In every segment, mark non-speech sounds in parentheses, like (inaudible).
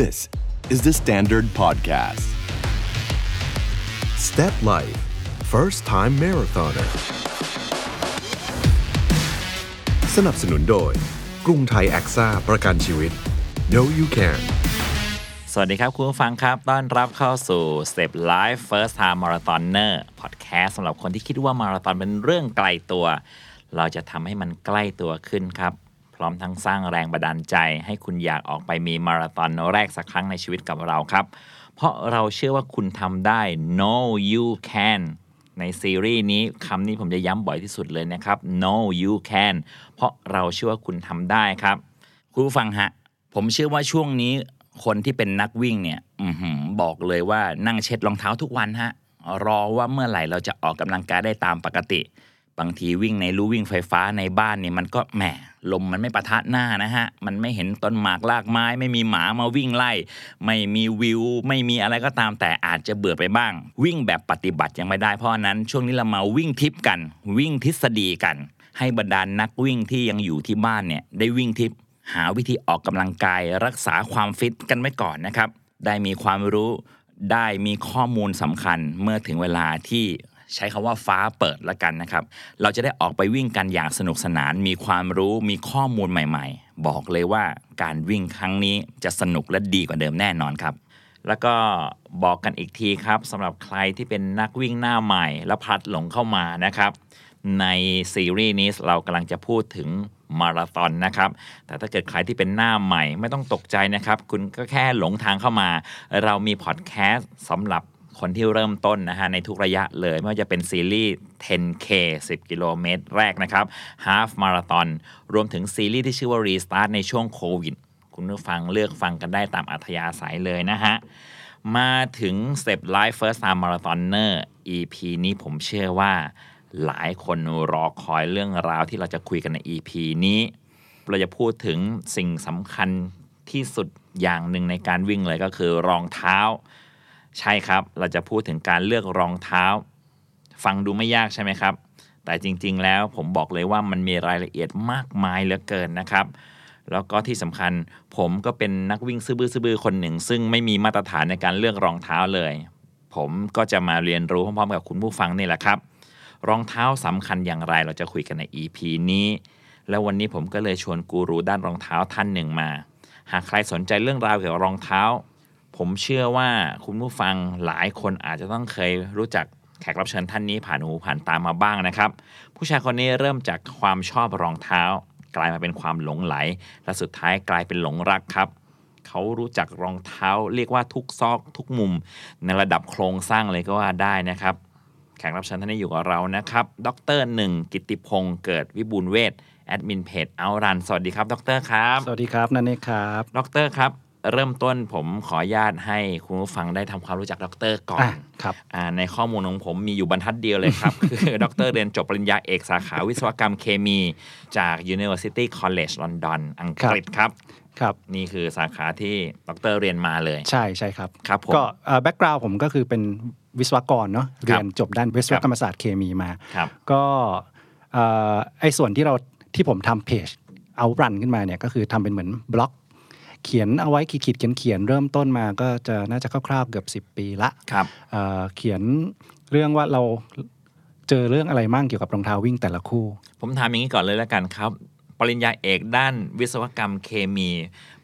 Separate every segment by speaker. Speaker 1: This is the Standard Podcast.
Speaker 2: Step Life First Time Marathoner สนับสนุนโดย กรุงไทยแอคซ่าประกันชีวิต No You Can
Speaker 3: สวัสดีครับ คุณผู้ฟังครับ ต้อนรับเข้าสู่ Step Life First Time Marathoner Podcast สำหรับคนที่คิดว่ามาราธอนเป็นเรื่องไกลตัว เราจะทำให้มันใกล้ตัวขึ้นครับ พร้อมทั้งสร้างแรงบันดาลใจ ให้คุณอยากออกไปมีมาราธอนแรกสักครั้งในชีวิตกับเราครับ เพราะเราเชื่อว่าคุณทำได้ No you can ในซีรีส์นี้คำนี้ผมจะย้ำบ่อยที่สุดเลยนะครับ No you can เพราะเราเชื่อว่าคุณทำได้ครับ คุณผู้ฟังฮะ ผมเชื่อว่าช่วงนี้คนที่เป็นนักวิ่งเนี่ยอื้อหือบอกเลยว่านั่งเช็ดรองเท้าทุกวันฮะ รอว่าเมื่อไหร่เราจะออกกำลังกายได้ตามปกติ บางทีวิ่งในลู่วิ่งไฟฟ้าในบ้านเนี่ยมันก็แหมลมมันไม่ปะทะหน้านะฮะ มันไม่เห็นต้นหมากลากไม้ ไม่มีหมามาวิ่งไล่ ไม่มีวิว ไม่มีอะไรก็ตามแต่อาจจะเบื่อไปบ้าง วิ่งแบบปฏิบัติยังไม่ได้เพราะฉะนั้นช่วงนี้เรามาวิ่งทิปกัน วิ่งทฤษฎีกัน ให้บรรดานนักวิ่งที่ยังอยู่ที่บ้านเนี่ยได้วิ่งทิป หาวิธีออกกำลังกายรักษาความฟิตกันไว้ก่อนนะครับ ได้มีความรู้ได้มีข้อมูลสำคัญเมื่อถึงเวลาที่ใช้คำว่าฟ้าเปิดละกันนะครับ เราจะได้ออกไปวิ่งกันอย่างสนุกสนาน มีความรู้มีข้อมูลใหม่ๆ บอกเลยว่าการวิ่งครั้งนี้จะสนุกและดีกว่าเดิมแน่นอนครับ แล้วก็บอกกันอีกทีครับสำหรับใครที่เป็นนักวิ่งหน้าใหม่ และพลัดหลงเข้ามานะครับ ในซีรีส์นี้เรากำลังจะพูดถึงมาราธอนนะครับ แต่ถ้าเกิดใครที่เป็นหน้าใหม่ไม่ต้องตกใจนะครับ คุณก็แค่หลงทางเข้ามา เรามีพอดแคสต์สำหรับคนที่เริ่มต้นนะฮะในทุกระยะเลย ไม่ว่าจะเป็นซีรีส์ 10K 10 กิโลเมตรแรกนะครับ Half Marathon รวมถึงซีรีส์ที่ชื่อว่า Restart ในช่วงโควิด คุณผู้ฟังเลือกฟังกันได้ตามอัธยาศัยเลยนะฮะ มาถึง Step Life First Time Marathoner EP นี้ผมเชื่อว่า หลายคนรอคอยเรื่องราวที่เราจะคุยกันใน EP นี้ เราจะพูดถึงสิ่งสำคัญที่สุดอย่างหนึ่งในการวิ่งเลยก็คือรองเท้า ใช่ครับ เราจะพูดถึงการเลือกรองเท้า ฟังดูไม่ยากใช่ไหมครับ แต่จริงๆ แล้วผมบอกเลยว่ามันมีรายละเอียดมากมายเหลือเกินนะครับ แล้วก็ที่สำคัญผมก็เป็นนักวิ่งซื่อบื้อซื่อบื้อคนหนึ่ง ซึ่งไม่มีมาตรฐานในการเลือกรองเท้าเลย ผมก็จะมาเรียนรู้พร้อมๆ กับคุณผู้ฟังนี่แหละครับ รองเท้าสำคัญอย่างไรเราจะคุยกันใน EP นี้ แล้ววันนี้ผมก็เลยชวนกูรูด้านรองเท้าท่านหนึ่งมา หากใครสนใจเรื่องราวเกี่ยวกับรองเท้า ผมเชื่อว่าคุณผู้ฟังหลายคนอาจจะต้องเคยรู้จักแขกรับเชิญท่านนี้ผ่านหูผ่านตามาบ้างนะครับ ผู้ชายคนนี้เริ่มจากความชอบรองเท้า กลายมาเป็นความหลงไหล และสุดท้ายกลายเป็นหลงรักครับ เขารู้จักรองเท้าเรียกว่าทุกซอกทุกมุม ในระดับโครงสร้างเลยก็ว่าได้นะครับ แขกรับเชิญท่านนี้อยู่กับเรานะครับ ดรหนึ่งกิตติพงศ์เกิดวิบูลย์เวชแอดมินเพจเอารัน สวัสดีครับ ดรครับ
Speaker 4: สวัสดีครับนันเอกครับ
Speaker 3: ดรครับ เริ่มต้นผมขออนุญาตให้คุณผู้ฟังได้ทำความรู้จักดรก่อ
Speaker 4: อ่ะ
Speaker 3: น
Speaker 4: ครับ
Speaker 3: อ่าในข้อมูลของผมมีอยู่บรรทัดเดียวเลยครับ (laughs) คือดรเรียนจบปริญญาเอกสาขาวิศวกรรมเคมีจาก University College London อังกฤษครับ
Speaker 4: ครับ
Speaker 3: นี่คือสาขาที่ดรเรียนมาเลย
Speaker 4: ใช่ใช่ครับ
Speaker 3: ครับผม
Speaker 4: ก็แบ็กกราวด์ผมก็คือเป็นวิศวกรเนาะ
Speaker 3: ครั
Speaker 4: เรี
Speaker 3: บ
Speaker 4: ยนจบด้านวิศวกรรมศาสตร์เคมีมา
Speaker 3: ครับ
Speaker 4: ก็เอ่อไอ้ส่วนที่เราที่ผมทำเพจเอารันขึ้นมาเนี่ยก็คือทำเป็นเหมือนบล็อก เขียนเอาไว้ขีดๆเขียนเขียนๆเริ่มต้นมาก็จะน่าจะคร่าวๆเกือบ 10 ปีละ
Speaker 3: ครับ
Speaker 4: เอ่อเขียนเรื่องว่าเราเจอเรื่องอะไรมั่งเกี่ยวกับรองเท้าวิ่งแต่ละคู่
Speaker 3: ผมถามอย่างนี้ก่อนเลยแล้วกันครับ ปริญญาเอกด้านวิศวกรรมเคมี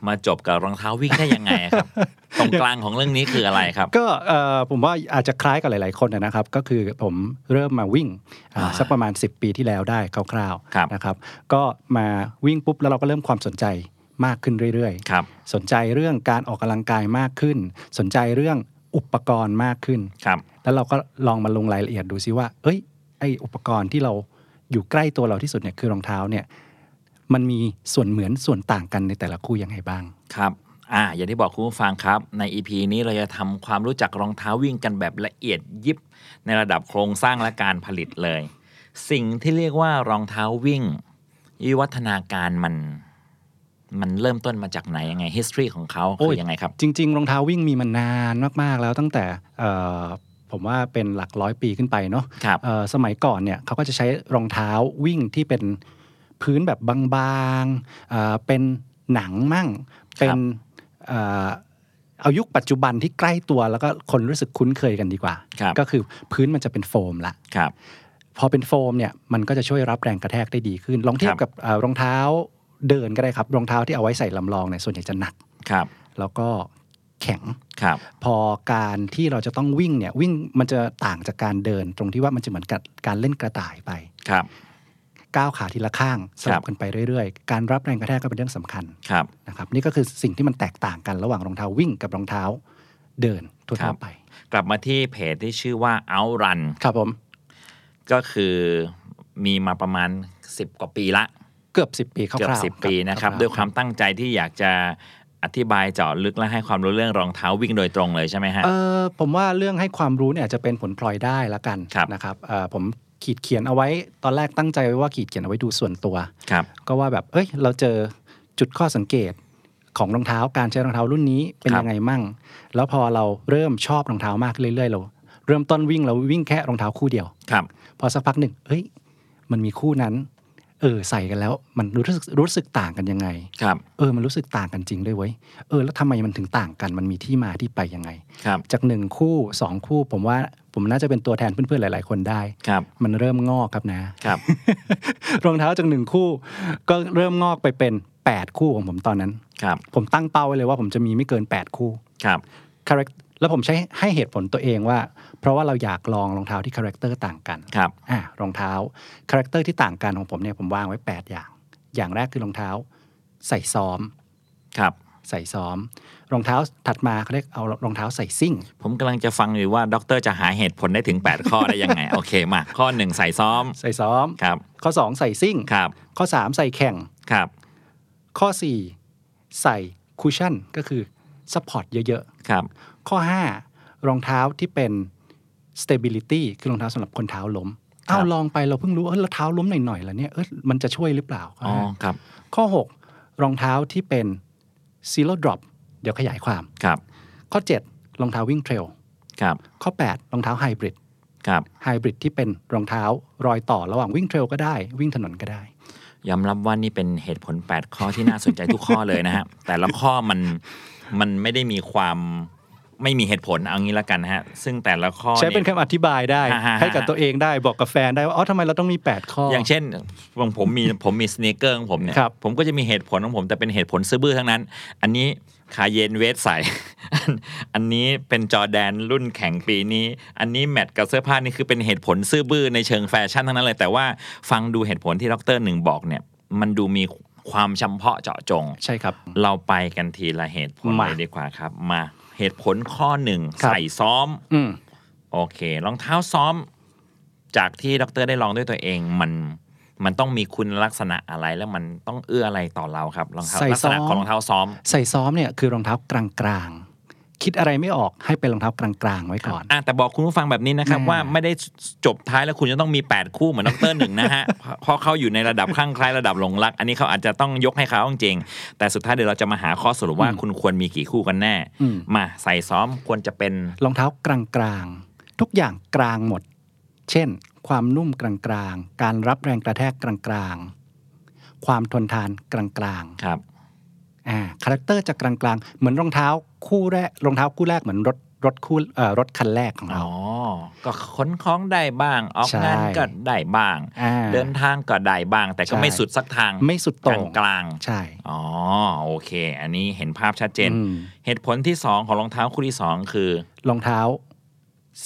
Speaker 3: มาจบกับรองเท้าวิ่งได้ยังไง
Speaker 4: (laughs)
Speaker 3: ครับ ตรงกลางของเรื่องนี้คืออะไรครับ
Speaker 4: ก็เอ่อผมว่าอาจจะคล้ายกับหลาย ๆ คนนะครับ ก็คือผมเริ่มมาวิ่งอ่า
Speaker 3: อ่า
Speaker 4: สักประมาณ 10 ปีที่แล้วได้คร่าว
Speaker 3: ครับ
Speaker 4: ๆนะครับ ก็มาวิ่งปุ๊บแล้วเราก็เริ่มความสนใจมากขึ้นเรื่อย
Speaker 3: ครับ
Speaker 4: ๆ สนใจเรื่องการออกกำลังกายมากขึ้น สนใจเรื่องอุปกรณ์มากขึ้น
Speaker 3: ครับ
Speaker 4: แล้วเราก็ลองมาลงรายละเอียดดูซิว่า เอ้ย ไออุปกรณ์ที่เราอยู่ใกล้ตัวเราที่สุดเนี่ยคือรองเท้าเนี่ยมันมีส่วนเหมือนส่วนต่างกันในแต่ละคู่ยังไงบ้าง
Speaker 3: ครับอ่าอย่างที่บอกคุณผู้ฟังครับ ใน EP นี้เราจะทำความรู้จักรองเท้าวิ่งกันแบบละเอียดยิบ ในระดับโครงสร้างและการผลิตเลย สิ่งที่เรียกว่ารองเท้าวิ่งวิวัฒนาการมัน มันเริ่มต้นมาจากไหนยังไง history ของเขา
Speaker 4: โอ้
Speaker 3: คื
Speaker 4: ย
Speaker 3: อยังไงครับ
Speaker 4: จริง ๆ รองเท้าวิ่งมีมานานมาก ๆ แล้วตั้งแต่เอ่อผมว่าเป็นหลักร้อยปีขึ้นไปเนาะ
Speaker 3: ครับ
Speaker 4: เอ่อสมัยก่อนเนี่ยเขาก็จะใช้รองเท้าวิ่งที่เป็นพื้นแบบบางๆเอ่อเป็นหนังมั่ง เป็นเอ่อ เอายุคปัจจุบันที่ใกล้ตัวแล้วก็คนรู้สึกคุ้นเคยกันดีกว่า
Speaker 3: ครับ
Speaker 4: ก็คือพื้นมันจะเป็นโฟมละ
Speaker 3: ครับ
Speaker 4: พอเป็นโฟมเนี่ยมันก็จะช่วยรับแรงกระแทกได้ดีขึ้น ลองเทีย
Speaker 3: ครับ บ
Speaker 4: กับเอ่อรองเท้าเดินก็ได้ครับ รองเท้าที่เอาไว้ใส่ลำลองเนี่ยส่วนใหญ่จะหนัก
Speaker 3: ครับ
Speaker 4: แล้วก็แข็ง
Speaker 3: ครับ
Speaker 4: พอการที่เราจะต้องวิ่งเนี่ยวิ่งมันจะต่างจากการเดิน ตรงที่ว่ามันจะเหมือนกับการเล่นกระต่ายไป
Speaker 3: ครับ
Speaker 4: ก้าวขาทีละข้าง
Speaker 3: ค
Speaker 4: ส
Speaker 3: รั
Speaker 4: ลับบ กันไปเรื่อยๆ การรับแรงกระแทกก็เป็นเรื่องสำคัญ
Speaker 3: ครับ
Speaker 4: นะครับนี่ก็คือสิ่งที่มันแตกต่างกันระหว่างรองเท้าวิ่งกับรองเท้าเดินทั่
Speaker 3: ครั
Speaker 4: ว
Speaker 3: บ
Speaker 4: ๆไป
Speaker 3: กลับมาที่เพจที่ชื่อว่า Outrun
Speaker 4: ครับผม
Speaker 3: ก็คือมีมาประมาณ 10 กว่าปีละ
Speaker 4: เกือบ 10 ปีคร่าวๆ
Speaker 3: เกือบสิบปีนะครับ ด้วยความตั้งใจที่อยากจะอธิบายเจาะลึกและให้ความรู้เรื่องรองเท้าวิ่งโดยตรงเลยใช่ไหมฮะ
Speaker 4: เออผมว่าเรื่องให้ความรู้เนี่ยอาจจะเป็นผลพลอยได้ละกัน
Speaker 3: ครับ
Speaker 4: นะครับเอ่อผมขีดเขียนเอาไว้ตอนแรกตั้งใจไว้ว่าขีดเขียนเอาไว้ดูส่วนตัว
Speaker 3: ครับ
Speaker 4: ก็ว่าแบบเอ้ย เราเจอจุดข้อสังเกตของรองเท้าการใช้รองเท้ารุ่นนี้เป็น
Speaker 3: ครับ
Speaker 4: ยังไงมั่ง แล้วพอเราเริ่มชอบรองเท้ามากเรื่อยๆเราเริ่มต้นวิ่งเราวิ่งแค่รองเท้าคู่เดียว
Speaker 3: ครับ
Speaker 4: พอสักพักหนึ่งเอ้ย มันมีคู่นั้น เออใส่กันแล้ว มันรู้สึกรู้สึกต่างกันยังไง
Speaker 3: ครับ
Speaker 4: เออมันรู้สึกต่างกันจริงด้วยเว้ยเออแล้วทำไมมันถึงต่างกันมันมีที่มาที่ไปยังไง
Speaker 3: ครับ
Speaker 4: จากหนึ่งคู่สองคู่ ผมว่าผมน่าจะเป็นตัวแทนเพื่อนๆหลาย ๆ คนได้
Speaker 3: ครับ
Speaker 4: มันเริ่มงอกครับนะ
Speaker 3: ครับ
Speaker 4: (laughs) รองเท้าจากหนึ่งคู่ ก็เริ่มงอกไปเป็น 8 คู่ของผมตอนนั้น
Speaker 3: ครับ
Speaker 4: ผมตั้งเป้าไว้เลยว่าผมจะมีไม่เกิน 8 คู่
Speaker 3: ครับ
Speaker 4: Correct แล้วผมใช้ให้เหตุผลตัวเองว่า เพราะว่าเราอยากลองรองเท้าที่คาแรคเตอร์ต่างกัน
Speaker 3: ครับ
Speaker 4: อ่ะรองเท้าคาแรคเตอร์ที่ต่างกันของผมเนี่ยผมวางไว้ 8 อย่าง อย่างแรกคือรองเท้า ใส่ซ้อม
Speaker 3: ครับ
Speaker 4: ใส่ซ้อม รองเท้าถัดมาเขาเรียกเอารองเท้าใส่ซิ่ง
Speaker 3: ผมกำลังจะฟังอยู่ว่าด็อกเตอร์จะหาเหตุผลได้ถึง 8 ข้อได้ยังไง (laughs) โอเคมา ข้อ 1 ใส่ซ้อม
Speaker 4: ใส่ซ้อม
Speaker 3: ครับ
Speaker 4: ข้อ 2 ใส่ซิ่ง
Speaker 3: ครับ
Speaker 4: ข้อ 3 ใส่แข่ง
Speaker 3: ครับ
Speaker 4: ข้อ 4 ใส่คูชั่นก็คือซัพพอร์ตเยอะ
Speaker 3: ครับ
Speaker 4: ๆ ข้อ 5 รองเท้าที่เป็น stability คือรองเท้าสำหรับคนเท้าล้ม
Speaker 3: ครั
Speaker 4: เอา
Speaker 3: บ
Speaker 4: ลองไปเราเพิ่งรู้เออเราเท้าล้มหน่อยๆแล้วเนี่ยเออมันจะช่วยหรือเปล่าข้
Speaker 3: อ๋อ
Speaker 4: อห้า
Speaker 3: ครับ
Speaker 4: ข้อ 6 รองเท้าที่เป็น zero drop เดี๋ยวขยายความ
Speaker 3: ครับ
Speaker 4: ข้อ 7 รองเท้าวิ่งเทรล
Speaker 3: ครับ
Speaker 4: ข้อ 8 รองเท้าไฮบริด
Speaker 3: ครับ
Speaker 4: ไฮบริดที่เป็นรองเท้ารอยต่อระหว่างวิ่งเทรลก็ได้วิ่งถนนก็ได้
Speaker 3: ยอมรับว่านี่เป็นเหตุผล 8 ข้อที่น่าสนใจทุกข้อเลยนะฮ (laughs) ะ แต่ละข้อมันมันไม่ได้มีความไม่มีเหตุผลเอางี้ละกันฮะ ซึ่งแต่ละข้อ
Speaker 4: ใช้เป็น
Speaker 3: ย
Speaker 4: คำอธิบายได้
Speaker 3: ฮ่าฮ่าฮ่า
Speaker 4: ให้กับตัวเองได้บอกกับแฟนได้ว่าอ๋อทำไมเราต้องมี 8 ข้อ
Speaker 3: อ
Speaker 4: อ
Speaker 3: ย่างเช่นผมผมมีผมมีสเนคเกอร์ของผมเนี่ย
Speaker 4: ครับ
Speaker 3: ผมก็จะมีเหตุผลของผมแต่เป็นเหตุผลซื้อบื้อทั้งนั้น อันนี้ขาเยนเวสใส่ (laughs) อันอันนี้เป็นจอร์แดนรุ่นแข่งปีนี้ อันนี้แมทกับเสื้อผ้านี่คือเป็นเหตุผลซื้อบื้อในเชิงแฟชั่นทั้งนั้นเลย แต่ว่าฟังดูเหตุผลที่ดรหนึ่งบอกเนี่ยมันดูมีความจำเพาะเจาะจง
Speaker 4: ใช่ครับ
Speaker 3: เราไปกันทีละเหตุผล
Speaker 4: มา
Speaker 3: เลยดีกว่าครับ มาเหตุผลข้อหนึ่ง
Speaker 4: ครับ
Speaker 3: ใส่ซ้อม
Speaker 4: อืม
Speaker 3: โอเครองเท้าซ้อม จากที่ดรได้ลองด้วยตัวเอง มันมันต้องมีคุณลักษณะอะไรแล้วมันต้องเอื้ออะไรต่อเราครับรองเท้า
Speaker 4: ใส่
Speaker 3: ลักษณะ
Speaker 4: ซ้อม
Speaker 3: ของรองเท้าซ้อม
Speaker 4: ใส่ซ้อมเนี่ยคือรองเท้ากลางๆ คิดอะไรไม่ออกให้เป็นรองเท้ากลางๆ ไว้ก่อน
Speaker 3: อ่ะแต่บอกคุณผู้ฟังแบบนี้นะครับ
Speaker 4: แม่
Speaker 3: ว่าไม่ได้จบท้ายแล้วคุณจะต้องมี 8 คู่เหมือนดรหนึ่งนะ
Speaker 4: (laughs)
Speaker 3: ฮะ เพราะเขาอยู่ในระดับข้างใครระดับหลงรัก อันนี้เขาอาจจะต้องยกให้เขาจริงๆแต่สุดท้ายเดี๋ยวเราจะมาหาข้อสรุปว่าคุณควรมีกี่คู่กันแน่ มาใส่ซ้อมควรจะเป็น
Speaker 4: รองเท้ากลางๆ ทุกอย่างกลางหมด เช่น ความนุ่มกลางๆ การรับแรงกระแทกกลางๆ ความทนทานกลาง
Speaker 3: ครับ
Speaker 4: ๆอ่าคาแรคเตอร์จะกลางๆ เหมือนรองเท้าคู่แรกรองเท้าคู่แรกเหมือนรถรถคู่เอ่อรถคันแรกของเรา
Speaker 3: อ๋อ ก็ขนของได้บ้าง ออก
Speaker 4: ใช่
Speaker 3: งานก็ได้บ้าง
Speaker 4: อ่า
Speaker 3: เดินทางก็ได้บ้าง แต่ก็
Speaker 4: ใช่
Speaker 3: ไม่สุดสักทาง
Speaker 4: ไม่สุดโต่ง
Speaker 3: กลาง
Speaker 4: ใช่
Speaker 3: ๆอ๋อ โอเค อันนี้เห็นภาพชัดเจน
Speaker 4: อืม
Speaker 3: เหตุผลที่ 2 ของรองเท้าคู่ที่ 2 คือ
Speaker 4: รองเท้า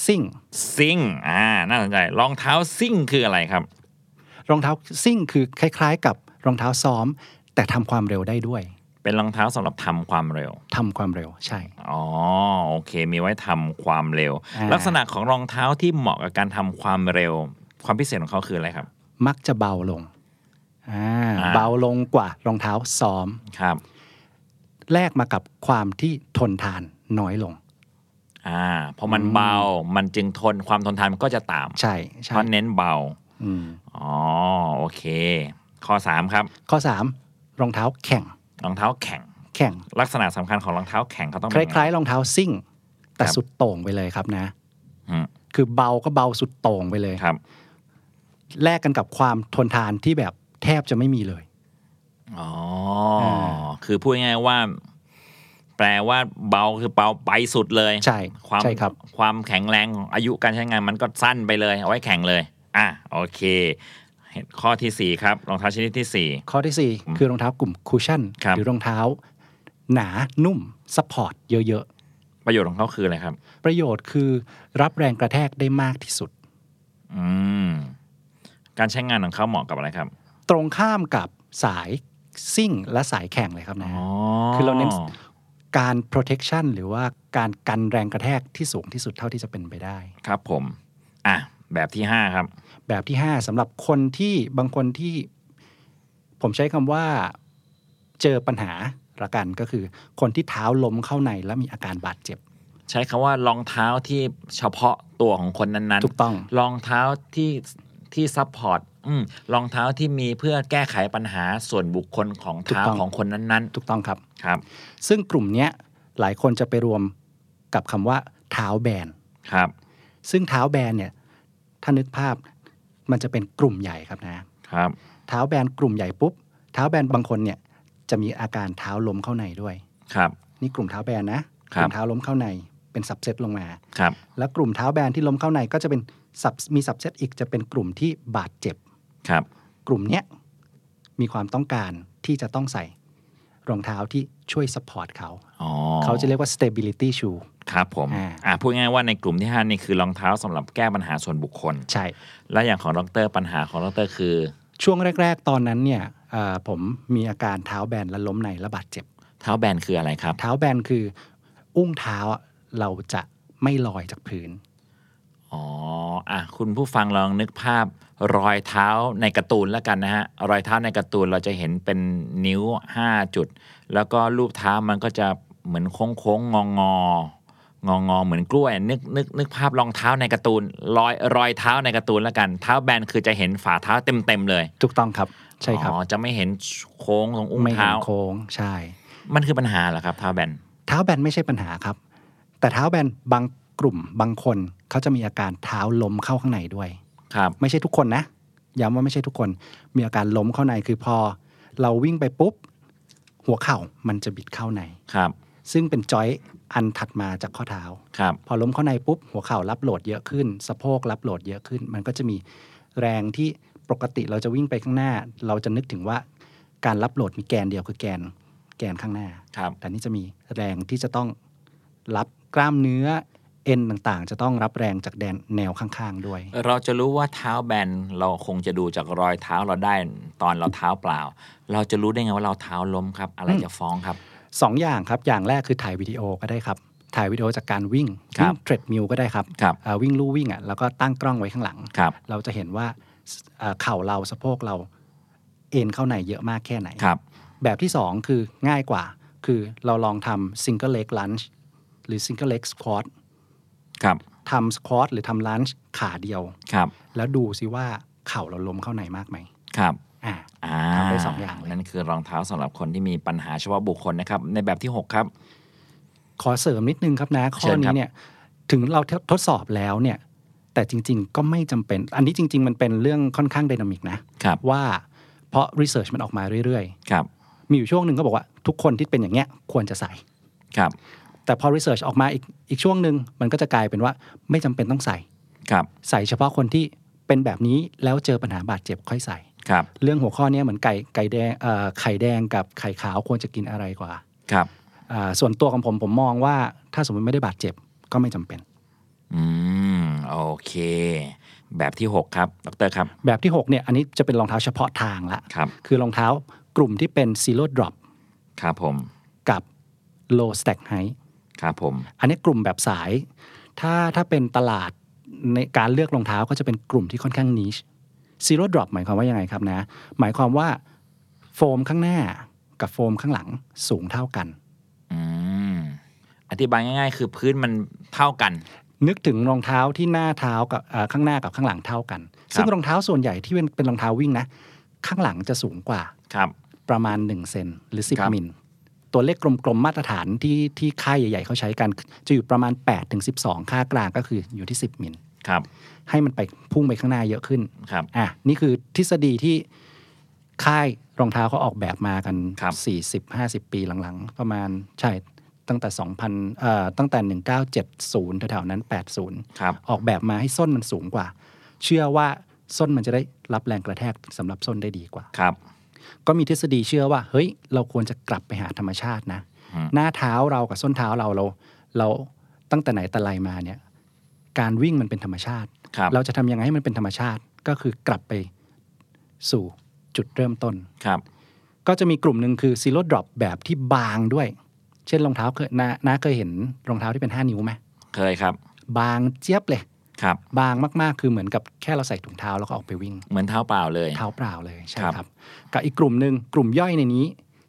Speaker 4: ซิ่ง
Speaker 3: ซิ่งอ่าน่าสนใจรองเท้าซิ่งคืออะไรครับ
Speaker 4: รองเท้าซิ่งคือคล้าย ๆ กับรองเท้าซ้อม แต่ทำความเร็วได้ด้วย
Speaker 3: เป็นรองเท้าสำหรับทำความเร็ว
Speaker 4: ทำความเร็วใช่
Speaker 3: อ๋อโอเค มีไว้ทำความเร็ว
Speaker 4: อ่า
Speaker 3: ลักษณะของรองเท้าที่เหมาะกับการทำความเร็ว ความพิเศษของเขาคืออะไรครับ
Speaker 4: มักจะเบาลงอ่า
Speaker 3: อ่า
Speaker 4: เบาลงกว่ารองเท้าซ้อม
Speaker 3: ครับ
Speaker 4: แลกมากับความที่ทนทานน้อยลง
Speaker 3: อ่าพอมันเบา มันจึงทนความทนทานมันก็จะตาม
Speaker 4: ใช่
Speaker 3: เพ
Speaker 4: ใช่
Speaker 3: ราะเน้นเบา
Speaker 4: อืม
Speaker 3: อ๋อ โอเค ข้อ 3 ครับ
Speaker 4: ข้อ 3 รองเท้าแข่ง
Speaker 3: รองเท้าแข็ง
Speaker 4: แข่ง
Speaker 3: ลักษณะสำคัญของรองเท้าแข็งเขาต้อง
Speaker 4: ค
Speaker 3: เป็นยังไง
Speaker 4: ล้ายๆ รองเท้าซิ่ง แต่
Speaker 3: ครับ
Speaker 4: สุดโต่งไปเลยครับนะ
Speaker 3: อืม
Speaker 4: คือเบาก็เบาสุดโต่งไปเลย
Speaker 3: ครับ
Speaker 4: แลกกันกับความทนทานที่แบบแทบจะไม่มีเลย
Speaker 3: อ๋ออา คือพูดง่ายๆว่า แปลว่าเบาคือเบาไปสุดเลย
Speaker 4: ใช่
Speaker 3: ความ
Speaker 4: ใช่ครับ
Speaker 3: ความแข็งแรงของอายุการใช้งานมันก็สั้นไปเลย เอาไว้แข่งเลย อ่ะโอเคเห็นข้อที่สี่ครับรองเท้าชนิดที่สี่
Speaker 4: ข้อทีสี่ 4 คือรองเท้ากลุ่มคูชั่น
Speaker 3: ครับ
Speaker 4: หรือรองเท้า หนานุ่มสปอร์ตเยอะ
Speaker 3: ประโยชน์ของเขาคืออะไรครับ
Speaker 4: ๆ ประโยชน์คือรับแรงกระแทกได้มากที่สุด
Speaker 3: อืม การใช้งานของเขาเหมาะกับอะไรครับ
Speaker 4: ตรงข้ามกับสายซิ่งและสายแข่งเลยครับนะฮะ คือเราเน้น การ protection หรือว่าการกันแรงกระแทกที่สูงที่สุดเท่าที่จะเป็นไปได้
Speaker 3: ครับผม อ่ะ แบบที่ห้าครับ
Speaker 4: แบบที่ 5สำหรับคนที่บางคนที่ ผมใช้คำว่าเจอปัญหาละกันก็คือ คนที่เท้าล้มเข้าในและมีอาการบาดเจ็บ
Speaker 3: ใช้คำว่ารองเท้าที่เฉพาะตัวของคนนั้น
Speaker 4: ถูกต้อง
Speaker 3: ๆรองเท้าที่ที่ซัพพอร์ตอืมรองเท้าที่มีเพื่อแก้ไขปัญหาส่วนบุคคลของ
Speaker 4: ถูก
Speaker 3: เท้า
Speaker 4: ต้อง
Speaker 3: ของคนนั้น
Speaker 4: ถูกต้องครับ
Speaker 3: ๆ ครับ
Speaker 4: ซึ่งกลุ่มเนี้ยหลายคนจะไปรวมกับคำว่าเท้าแบน
Speaker 3: ครับ
Speaker 4: ซึ่งเท้าแบนเนี่ยถ้านึกภาพมันจะเป็นกลุ่มใหญ่ครับนะ
Speaker 3: ครับ
Speaker 4: เท้าแบนกลุ่มใหญ่ปุ๊บ เท้าแบนบางคนเนี่ยจะมีอาการเท้าล้มเข้าในด้วย
Speaker 3: ครับ
Speaker 4: นี่กลุ่มเท้าแบนนะครับ กลุ่มเท้าล้มเข้าในเป็นสับเซตลงมา
Speaker 3: ครับ
Speaker 4: แล้วกลุ่มเท้าแบนที่ล้มเข้าในก็จะเป็น sub- มีสับเซตอีกจะเป็นกลุ่มที่บาดเจ็บ
Speaker 3: ครับ
Speaker 4: กลุ่มเนี้ยมีความต้องการที่จะต้องใส่รองเท้าที่ช่วยสปอร์ตเขา
Speaker 3: อ๋อ
Speaker 4: เขาจะเรียกว่า stability shoe
Speaker 3: ครับผม
Speaker 4: อ่า
Speaker 3: อ่าพูดง่ายๆว่าในกลุ่มที่ห้านี่คือรองเท้าสำหรับแก้ปัญหาส่วนบุคคล
Speaker 4: ใช่
Speaker 3: และอย่างของดอกเตอรปัญหาของดอกเตอรคือ
Speaker 4: ช่วงแรก ๆ ตอนนั้นเนี่ยเอ่อผมมีอาการเท้าแบนและล้มในและบาดเจ็บ
Speaker 3: เท้าแบนคืออะไรครับ
Speaker 4: เท้าแบนคือ อุ้งเท้าอะเราจะไม่ลอยจากพื้น
Speaker 3: อ๋ออ่ะคุณผู้ฟังลองนึกภาพรอยเท้าในการ์ตูนแล้วกันนะฮะ รอยเท้าในการ์ตูนเราจะเห็นเป็นนิ้ว 5 จุด แล้วก็รูปเท้ามันก็จะเหมือนโค้งๆงองงององอเหมือนกล้วย นึกนึกนึกภาพรองเท้าในการ์ตูน รอยรอยเท้าในการ์ตูนแล้วกัน เท้าแบนคือจะเห็นฝ่าเท้าเต็มเต็มๆเลย
Speaker 4: ถูกต้องครับ ใช่ครับ
Speaker 3: อ๋อจะไม่เห็นโค้งตรงอุ้ง
Speaker 4: ไม่เห็
Speaker 3: เท้า
Speaker 4: นโค้งใช่
Speaker 3: มันคือปัญหาเหรอครับเท้าแบน
Speaker 4: เท้าแบนไม่ใช่ปัญหาครับ แต่เท้าแบนบางกลุ่มบางคนเขาจะมีอาการเท้าล้มเข้าข้างในด้วย
Speaker 3: ครับ
Speaker 4: ไม่ใช่ทุกคนนะย้ำว่าไม่ใช่ทุกคน มีอาการล้มเข้าในคือพอ เราวิ่งไปปุ๊บ หัวเข่ามันจะบิดเข้าใน
Speaker 3: ครับ
Speaker 4: ซึ่งเป็นจอยอันถัดมาจากข้อเท้า
Speaker 3: ครับ
Speaker 4: พอล้มเข้าในปุ๊บ หัวเข่ารับโหลดเยอะขึ้น สะโพกรับโหลดเยอะขึ้น มันก็จะมีแรงที่ปกติเราจะวิ่งไปข้างหน้า เราจะนึกถึงว่าการรับโหลดมีแกนเดียวคือแกนแกนข้างหน้า
Speaker 3: ครับ
Speaker 4: แต่นี่จะมีแรงที่จะต้องรับกล้ามเนื้อเอ็นต่างๆ จะต้องรับแรงจากแดนแนวข้างๆด้วย
Speaker 3: เราจะรู้ว่าเท้าแบนเราคงจะดูจากรอยเท้าเราได้ตอนเราเท้าเปล่า เราจะรู้ได้ไงว่าเราเท้าล้มครับ อะไรจะฟ้องครับ
Speaker 4: สองอย่างครับ อย่างแรกคือถ่ายวิดีโอก็ได้ครับ ถ่ายวิดีโอจากการวิ่ง
Speaker 3: ครับ
Speaker 4: วิ่งเทรดมิลก็ได้ครับ
Speaker 3: ครับ
Speaker 4: เอ่อวิ่งลู่วิ่งอ่ะแล้วก็ตั้งกล้องไว้ข้างหลัง
Speaker 3: ครับ
Speaker 4: เราจะเห็นว่าสเอ่อเข่าเราสะโพกเราเอ็นเข้าในเยอะมากแค่ไหน
Speaker 3: ครับ
Speaker 4: แบบที่ 2 คือง่ายกว่า คือเราลองทำ single leg lunge หรือ single leg squat
Speaker 3: ครับ
Speaker 4: ทำ squat หรือทำ lunge ขาเดียว
Speaker 3: ครับ
Speaker 4: แล้วดูซิว่าเข่าเราล้มเข้าในมากไหม
Speaker 3: ครับ
Speaker 4: อ่า
Speaker 3: อ่า
Speaker 4: ทำได้สองอย่างเลย
Speaker 3: นั่นคือรองเท้าสำหรับคนที่มีปัญหาเฉพาะบุคคลนะครับ ในแบบที่ 6 ครับ
Speaker 4: ขอเสริมนิดนึงครับนะ ข้อ
Speaker 3: เชิญครั
Speaker 4: นี้
Speaker 3: บ
Speaker 4: เนี่ยถึงเราทดสอบแล้วเนี่ยแต่จริง ๆ ก็ไม่จำเป็น อันนี้จริง ๆ มันเป็นเรื่องค่อนข้างไดนามิกนะครับ ว่าเพราะรีเสิร์ชมันออกมาเรื่อย
Speaker 3: ครับ
Speaker 4: ๆ มีอยู่ช่วงหนึ่งก็บอกว่าทุกคนที่เป็นอย่างเงี้ยควรจะใส่
Speaker 3: ครับ
Speaker 4: แต่พอรีเสิร์ชออกมาอีกอีกช่วงหนึ่งมันก็จะกลายเป็นว่าไม่จำเป็นต้องใส่
Speaker 3: ครับ
Speaker 4: ใส่เฉพาะคนที่เป็นแบบนี้แล้วเจอปัญหาบาดเจ็บค่อยใส่
Speaker 3: ครับ
Speaker 4: เรื่องหัวข้อเนี้ยเหมือนไก่ไก่แดงเอ่อไข่แดงกับไข่ขาวควรจะกินอะไรกว่า
Speaker 3: ครับ
Speaker 4: อ่า ส่วนตัวของผมผมมองว่าถ้าสมมติไม่ได้บาดเจ็บก็ไม่จำเป็น
Speaker 3: อืม โอเค แบบที่ 6 ครับดอกเตอรครับ
Speaker 4: แบบที่ 6 เนี่ย อันนี้จะเป็นรองเท้าเฉพาะทางละ
Speaker 3: ครับ
Speaker 4: คือรองเท้ากลุ่มที่เป็น zero drop
Speaker 3: ครับผม
Speaker 4: กับ low stack height
Speaker 3: ครับผม
Speaker 4: อันนี้กลุ่มแบบสาย ถ้าถ้าเป็นตลาดในการเลือกรองเท้าก็จะเป็นกลุ่มที่ค่อนข้าง niche zero drop หมายความว่ายังไงครับนะ หมายความว่าโฟมข้างหน้ากับโฟมข้างหลังสูงเท่ากัน
Speaker 3: อืม อธิบายง่ายๆ คือพื้นมันเท่ากัน
Speaker 4: นึกถึงรองเท้าที่หน้าเท้ากับเอ่อข้างหน้ากับข้างหลังเท่ากัน ซึ่งรองเท้าส่วนใหญ่ที่เป็นเป็นรองเท้าวิ่งนะ ข้างหลังจะสูงกว่า
Speaker 3: ครับ
Speaker 4: ประมาณ 1 เซนหรือ
Speaker 3: ครับ
Speaker 4: 10 มิล ตัวเลขกลมๆ มาตรฐานที่ที่ค่ายใหญ่ ๆ เขาใช้กัน จะอยู่ประมาณ8ถึง12 ค่ากลางก็คืออยู่ที่ 10 มิล
Speaker 3: ครับ
Speaker 4: ให้มันไปพุ่งไปข้างหน้าเยอะขึ้น
Speaker 3: ครับ
Speaker 4: อ่ะ นี่คือทฤษฎีที่ค่ายรองเท้าเขาออกแบบมากัน
Speaker 3: ครับ
Speaker 4: 40-50 ปีหลังๆ ประมาณใช่ ตั้งแต่2000เอ่อตั้งแต่ 1970แถวๆนั้น 80
Speaker 3: ครับ
Speaker 4: ออกแบบมาให้ส้นมันสูงกว่า เชื่อว่าส้นมันจะได้รับแรงกระแทกสำหรับส้นได้ดีกว่า
Speaker 3: ครับ
Speaker 4: ก็มีทฤษฎีเชื่อว่า เฮ้ย เราควรจะกลับไปหาธรรมชาตินะ
Speaker 3: อืม
Speaker 4: หน้าเท้าเรากับส้นเท้าเราเรา เราตั้งแต่ไหนแต่ไรมาเนี่ย การวิ่งมันเป็นธรรมชาติ
Speaker 3: ครับ
Speaker 4: เราจะทำยังไงให้มันเป็นธรรมชาติก็คือกลับไปสู่จุดเริ่มต้น
Speaker 3: ครับ
Speaker 4: ก็จะมีกลุ่มหนึ่งคือซีโร่ดรอปแบบที่บางด้วย เช่นรองเท้าเคยน้าน้าเคยเห็นรองเท้าที่เป็น 5 นิ้วไหม
Speaker 3: เคยครับ
Speaker 4: บางเจี๊ยบเลย
Speaker 3: ครับ
Speaker 4: บางมากๆ คือเหมือนกับแค่เราใส่ถุงเท้าแล้วก็ออกไปวิ่ง
Speaker 3: เหมือนเท้าเปล่าเลย
Speaker 4: เท้าเปล่าเลยใช่
Speaker 3: ครับ
Speaker 4: ครับกับอีกกลุ่มหนึ่งกลุ่มย่อยในนี้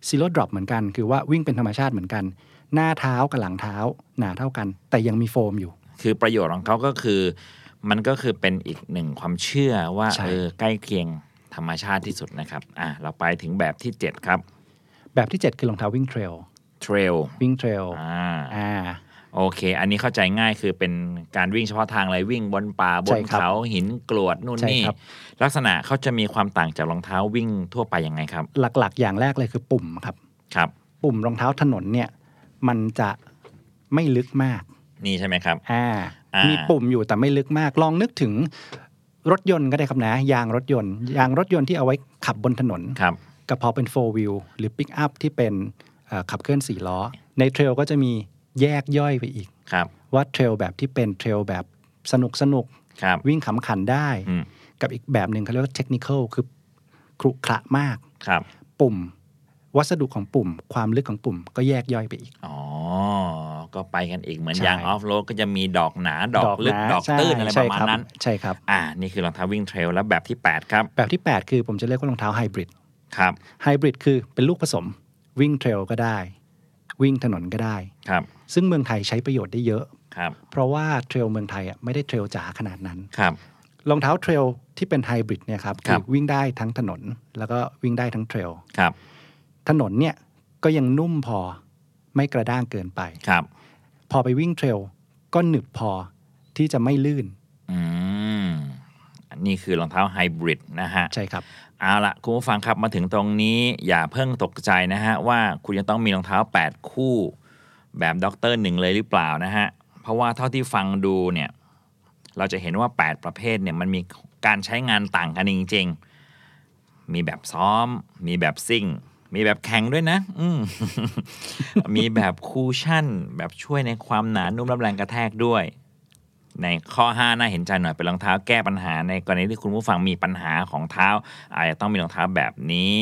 Speaker 4: ซีโร่ดรอปเหมือนกัน คือว่าวิ่งเป็นธรรมชาติเหมือนกัน หน้าเท้ากับหลังเท้าหนาเท่ากัน แต่ยังมีโฟมอยู่
Speaker 3: คือประโยชน์ของเขาก็คือ มันก็คือเป็นอีกหนึ่งความเชื่อว่า
Speaker 4: ใช่
Speaker 3: เออใกล้เคียงธรรมชาติที่สุดนะครับอ่ะเราไปถึงแบบที่ 7 ครับ
Speaker 4: แบบที่ 7 คือรองเท้าวิ่งเทรล
Speaker 3: เทรล
Speaker 4: วิ่งเทรล
Speaker 3: อ่า
Speaker 4: อ่า
Speaker 3: โอเค อันนี้เข้าใจง่ายคือเป็นการวิ่งเฉพาะทางเลยวิ่งบนป่าบ
Speaker 4: ใช่
Speaker 3: น
Speaker 4: ครับ
Speaker 3: เขาหินกรวดนู่น
Speaker 4: ใช่
Speaker 3: นี่
Speaker 4: ครับ
Speaker 3: ลักษณะเขาจะมีความต่างจากรองเท้าวิ่งทั่วไปยังไงครับ
Speaker 4: หลักๆ อย่างแรกเลยคือปุ่มครับ
Speaker 3: ครับ
Speaker 4: ปุ่มรองเท้าถนนเนี่ยมันจะไม่ลึกมาก
Speaker 3: นี่ใช่ไหมครับ
Speaker 4: อ่า
Speaker 3: อ่ามี
Speaker 4: มีปุ่มอยู่แต่ไม่ลึกมาก ลองนึกถึงรถยนต์ก็ได้ครับนะ ยางรถยนต์ ยางรถยนต์ที่เอาไว้ขับบนถนน
Speaker 3: ครับ
Speaker 4: กระเพาะเป็น 4 wheel หรือ Pick Up ที่เป็นเอ่อขับเคลื่อน 4 ล้อ ในเทรลก็จะมีแยกย่อยไปอีก
Speaker 3: ครับ
Speaker 4: ว่าเทรลแบบที่เป็นเทรลแบบสนุกสนุก
Speaker 3: ครับ
Speaker 4: วิ่งขำขันได้
Speaker 3: อืม
Speaker 4: กับอีกแบบหนึ่งเขาเรียกว่าเทคนิคอลคือครุขระมาก
Speaker 3: ครับ
Speaker 4: ปุ่ม วัสดุของปุ่ม ความลึกของปุ่มก็แยกย่อยไปอีก
Speaker 3: อ๋อก็ไปกันอีกเหมือน
Speaker 4: ใช่
Speaker 3: ยางออฟโรดก็จะมีดอกหนาดอกลึก
Speaker 4: หนา
Speaker 3: ดอก
Speaker 4: ใช่
Speaker 3: ตื้นอะไรประมาณ
Speaker 4: ใช่คบ
Speaker 3: นั้น
Speaker 4: ใช่ครับ
Speaker 3: อ่า นี่คือรองเท้าวิ่งเทรลแล้วแบบที่ 8 ครับ
Speaker 4: แบบที่ 8 คือผมจะเรียกว่ารองเท้าไฮบริด
Speaker 3: ครับ
Speaker 4: ไฮบริดคือเป็นลูกผสม วิ่งเทรลก็ได้ วิ่งถนนก็ได้
Speaker 3: ครับ
Speaker 4: ซึ่งเมืองไทยใช้ประโยชน์ได้เยอะ
Speaker 3: ครับ
Speaker 4: เพราะว่าเทรลเมืองไทยอ่ะไม่ได้เทรลจ๋าขนาดนั้น
Speaker 3: ครับ
Speaker 4: รองเท้าเทรลที่เป็นไฮบริดเนี่ยครับ
Speaker 3: ครับ
Speaker 4: อวิ่งได้ทั้งถนน แล้วก็วิ่งได้ทั้งเทรล
Speaker 3: ครับ
Speaker 4: ถนนเนี่ยก็ยังนุ่มพอไม่กระด้างเกินไป
Speaker 3: ครับ
Speaker 4: พอไปวิ่งเทรลก็หนึบพอที่จะไม่ลื่น
Speaker 3: อืมอันนี่คือรองเท้าไฮบริดนะฮะ
Speaker 4: ใช่ครับ
Speaker 3: เอาละคุณผู้ฟังครับมาถึงตรงนี้อย่าเพิ่งตกใจนะฮะ ว่าคุณจะต้องมีรองเท้า 8 คู่ แบบด็อกเตอร์หนึ่งเลยหรือเปล่านะฮะ เพราะว่าเท่าที่ฟังดูเนี่ย เราจะเห็นว่า 8 ประเภทเนี่ยมันมีการใช้งานต่างกันจริง ๆ มีแบบซ้อม มีแบบซิ่ง มีแบบแข็งด้วยนะ อืม (laughs) มีแบบคูชั่น แบบช่วยในความหนานุ่มรับแรงกระแทกด้วย ในข้อ 5 น่าเห็นใจหน่อยเป็นรองเท้าแก้ปัญหา ในกรณีที่คุณผู้ฟังมีปัญหาของเท้า อาจจะต้องมีรองเท้าแบบนี้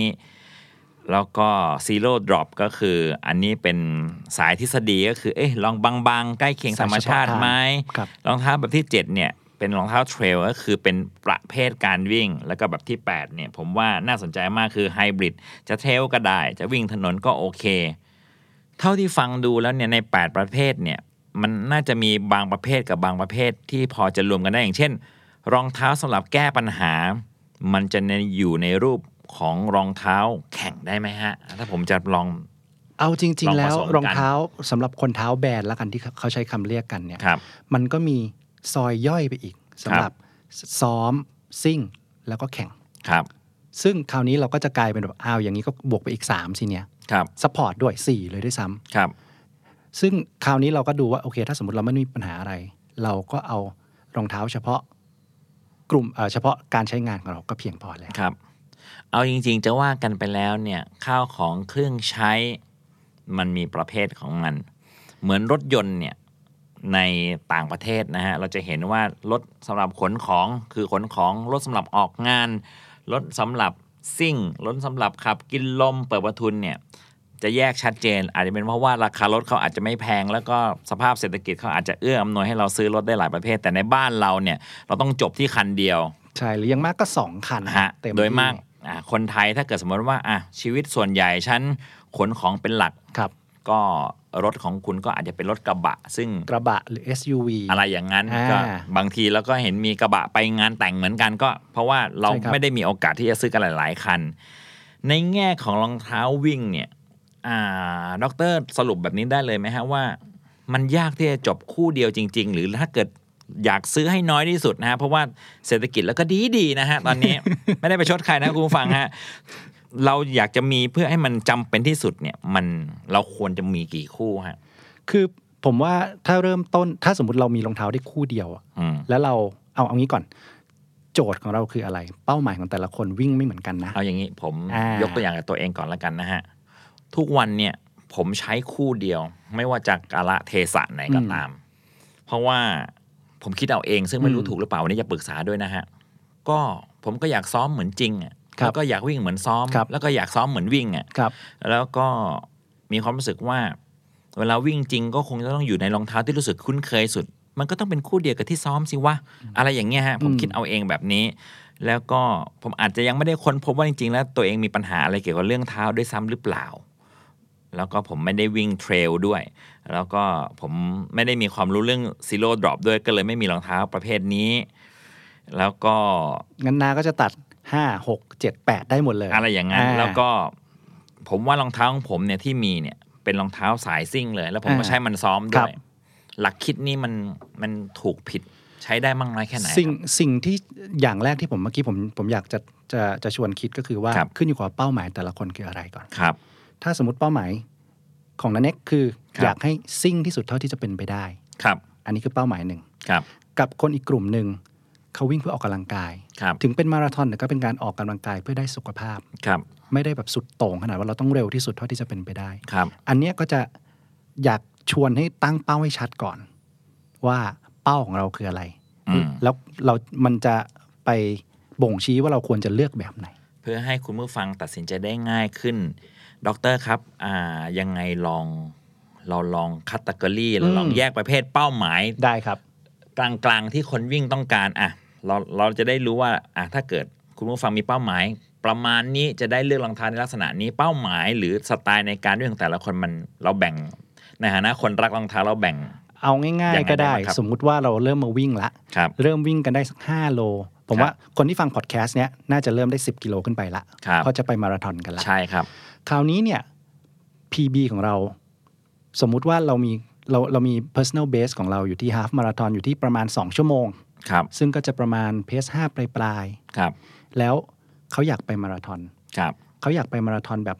Speaker 3: แล้วก็ซีโร่ดรอปก็คือ อันนี้เป็นสายทฤษฎีก็คือ เอ๊ะลองบางๆ ใกล้เคียงธรรมชาติไหม
Speaker 4: ครับ
Speaker 3: รองเท้าแบบที่ 7 เนี่ย เป็นรองเท้าเทรลก็คือเป็นประเภทการวิ่ง แล้วก็แบบที่ 8 เนี่ย ผมว่าน่าสนใจมากคือไฮบริดจะเทรลก็ได้ จะวิ่งถนนก็โอเค เท่าที่ฟังดูแล้วเนี่ยใน 8 ประเภทเนี่ย มันน่าจะมีบางประเภทกับบางประเภทที่พอจะรวมกันได้อย่างเช่น รองเท้าสำหรับแก้ปัญหา มันจะในอยู่ในรูปของรองเท้าแข่งได้ไหมฮะ ถ้าผมจะลอง
Speaker 4: เอาจริง ๆ แล้ว
Speaker 3: ล
Speaker 4: ร
Speaker 3: องผสมกัน
Speaker 4: องเท้าสำหรับคนเท้าแบนละกันที่เขาใช้คำเรียกกันเนี่ย
Speaker 3: ครับ
Speaker 4: มันก็มีซอยย่อยไปอีกสำหรับซ้อมซิ่งแล้วก็แข่ง
Speaker 3: ครับ
Speaker 4: ซึ่งคราวนี้เราก็จะกลายเป็นแบบอ้าวอย่างนี้ก็บวกไปอีก 3 สิเนี่ย
Speaker 3: ครับ
Speaker 4: สปอร์ตด้วย 4 เลยด้วยซ้ำ
Speaker 3: ครับ
Speaker 4: ซึ่งคราวนี้เราก็ดูว่า โอเค ถ้าสมมติเราไม่มีปัญหาอะไร เราก็เอารองเท้าเฉพาะกลุ่มเอ่อเฉพาะการใช้งานของเราก็เพียงพอแล้ว
Speaker 3: ครับ เอาจริง ๆ จะว่ากันไปแล้วเนี่ยข้าวของเครื่องใช้มันมีประเภทของมัน เหมือนรถยนต์เนี่ยในต่างประเทศนะฮะ เราจะเห็นว่ารถสำหรับขนของคือขนของรถสำหรับออกงาน รถสำหรับซิ่ง รถสำหรับขับกินลมเปิดประทุนเนี่ยจะแยกชัดเจน อาจจะเป็นเพราะว่าราคารถเขาอาจจะไม่แพง แล้วก็สภาพเศรษฐกิจเขาอาจจะเอื้ออำนวยให้เราซื้อรถได้หลายประเภท แต่ในบ้านเราเนี่ยเราต้องจบที่คันเดียว
Speaker 4: ใช่หรือยังมากก็ 2 คัน
Speaker 3: ฮะ
Speaker 4: เต็ม
Speaker 3: โดยมาก
Speaker 4: ที่
Speaker 3: อ่ะคนไทยถ้าเกิดสมมติว่าอ่ะชีวิตส่วนใหญ่ฉันขนของเป็นหลัก
Speaker 4: ครับ
Speaker 3: ก็รถของคุณก็อาจจะเป็นรถกระบะ ซึ่ง
Speaker 4: กระบะหรือ SUV
Speaker 3: อะไรอย่างนั้น
Speaker 4: อ่า
Speaker 3: ก็บางทีแล้วก็เห็นมีกระบะไปงานแต่งเหมือนกันก็ เพราะว่าเรา
Speaker 4: ใช่ครับ
Speaker 3: ไม่ได้มีโอกาสที่จะซื้อกันหลาย ๆ คัน ในแง่ของรองเท้าวิ่งเนี่ยอ่าดรสรุปแบบนี้ได้เลยไหมฮะว่า มันยากที่จะจบคู่เดียวจริง ๆ หรือถ้าเกิดอยากซื้อให้น้อยที่สุดนะฮะเพราะว่าเศรษฐกิจแล้วก็ดีดีๆนะฮะตอนนี้ (laughs) ไม่ได้ไปชดใครนะคุณผู้ฟังฮะเราอยากจะมีเพื่อให้มันจำเป็นที่สุดเนี่ยมันเราควรจะมีกี่คู่ฮะ
Speaker 4: คือผมว่าถ้าเริ่มต้นถ้าสมมติเรามีรองเท้าได้คู่เดียวอะ
Speaker 3: อืม
Speaker 4: แล้วเราเอาเอางี้ก่อน โจทย์ของเราคืออะไร เป้าหมายของแต่ละคนวิ่งไม่เหมือนกันนะ
Speaker 3: เอาอย่างนี้ผม
Speaker 4: อ่าย ย
Speaker 3: กตัวอย่างกับตัวเองก่อนละกันนะฮะ ทุกวันเนี่ยผมใช้คู่เดียว ไม่ว่าจากกาละเทศะไหนก็ตาม เพราะว่าผมคิดเอาเองซึ่งไม่รู้ถูกหรือเปล่าวันนี้จะปรึกษาด้วยนะฮะ ก็ผมก็อยากซ้อมเหมือนจริงอ่ะ
Speaker 4: ครับ
Speaker 3: แล้วก็อยากวิ่งเหมือนซ้อม
Speaker 4: ครับ
Speaker 3: แล้วก็อยากซ้อมเหมือนวิ่งอ่ะ
Speaker 4: ครับ
Speaker 3: แล้วก็มีความรู้สึกว่า เวลาวิ่งจริงก็คงจะต้องอยู่ในรองเท้าที่รู้สึกคุ้นเคยสุด มันก็ต้องเป็นคู่เดียวกับที่ซ้อมสิวะอะไรอย่างเงี้ยฮะผม
Speaker 4: อืม
Speaker 3: คิดเอาเองแบบนี้ แล้วก็ผมอาจจะยังไม่ได้ค้นพบว่าจริงๆ แล้วตัวเองมีปัญหาอะไรเกี่ยวกับเรื่องเท้าด้วยซ้ำหรือเปล่า แล้วก็ผมไม่ได้วิ่งเทรลด้วย แล้วก็ผมไม่ได้มีความรู้เรื่องซีโร่ดรอปด้วยก็เลยไม่มีรองเท้าประเภทนี้ แล้วก็
Speaker 4: งั้นนาก็จะตัดห้าหกเจ็ดแปดได้หมดเลย
Speaker 3: อะไรอย่างนั้น
Speaker 4: า
Speaker 3: แล้วก็ผมว่ารองเท้าของผมเนี่ยที่มีเนี่ยเป็นรองเท้าสายซิ่งเลย แล้วผมก็
Speaker 4: อ่า
Speaker 3: ใช้มันซ้อมด้
Speaker 4: ครั
Speaker 3: วย
Speaker 4: บ
Speaker 3: หลักคิดนี่มันมันถูกผิดใช้ได้มั่งน้อยแค่ไหน
Speaker 4: สิ่ง
Speaker 3: ครับ
Speaker 4: สิ่งที่อย่างแรกที่ผมเมื่อกี้ผมผมอยากจะจะจะชวนคิดก็คือว่า
Speaker 3: ครับ
Speaker 4: ขึ้นอยู่กับเป้าหมายแต่ละคนคืออะไรก่อน
Speaker 3: ครับ
Speaker 4: ถ้าสมมติเป้าหมายของนันเน็กคือ
Speaker 3: ครับ
Speaker 4: อยากให้ซิ่งที่สุดเท่าที่จะเป็นไปได้
Speaker 3: ครับ
Speaker 4: อันนี้คือเป้าหมายหนึ่ง
Speaker 3: ครับ
Speaker 4: กับคนอีกกลุ่มหนึ่งเขาวิ่งเพื่อออกกำลังกาย
Speaker 3: ครับ
Speaker 4: ถึงเป็นมาราธอนแต่ก็เป็นการออกกำลังกายเพื่อได้สุขภาพ
Speaker 3: ครับ
Speaker 4: ไม่ได้แบบสุดโต่งขนาดว่าเราต้องเร็วที่สุดเท่าที่จะเป็นไปได้
Speaker 3: ครับ
Speaker 4: อันเนี้ยก็จะอยากชวนให้ตั้งเป้าให้ชัดก่อน ว่าเป้าของเราคืออะไร
Speaker 3: อืม
Speaker 4: แล้วเรา มันจะไปบ่งชี้ว่าเราควรจะเลือกแบบไหน
Speaker 3: เพื่อให้คุณผู้ฟังตัดสินใจได้ง่ายขึ้นดอกเตอร์ครับอ่ายังไงลองเราลองคัตตากรีเราลอง
Speaker 4: อืม
Speaker 3: แยกประเภทเป้าหมาย
Speaker 4: ได้ครับ
Speaker 3: กลางๆที่คนวิ่งต้องการอ่ะเราเราจะได้รู้ว่าอ่ะถ้าเกิดคุณผู้ฟังมีเป้าหมาย ประมาณนี้จะได้เลือกรองเท้าในลักษณะนี้เป้าหมายหรือสไตล์ในการวิ่งของแต่ละคนมันเราแบ่งในฐานะคนรักรองเท้าเราแบ่ง
Speaker 4: เอาง่าย
Speaker 3: ยังไง
Speaker 4: ๆ ก็ได้
Speaker 3: ได้บ้างครับ
Speaker 4: สมมุติว่าเราเริ่มมาวิ่งละ
Speaker 3: ครับ
Speaker 4: เริ่มวิ่งกันได้สัก 5 โล ผม
Speaker 3: ครับ
Speaker 4: ว่าคนที่ฟังพอดแคสต์เนี้ยน่าจะเริ่มได้ 10 กิโลขึ้นไปละ
Speaker 3: ครับ
Speaker 4: เพราะจะไปมาราธอนกันละ
Speaker 3: ใช่ครับ
Speaker 4: คราวนี้เนี่ย PB ของเรา สมมุติว่าเรามีเราเรามี personal base ของเราอยู่ที่ half marathon อยู่ที่ประมาณ 2 ชั่วโมง
Speaker 3: ครับ
Speaker 4: ซึ่งก็จะประมาณเพส5ปลายปลาย
Speaker 3: ครับ
Speaker 4: ๆแล้วเขาอยากไปมาราธอน
Speaker 3: ครับ
Speaker 4: เขาอยากไปมาราธอนแบบ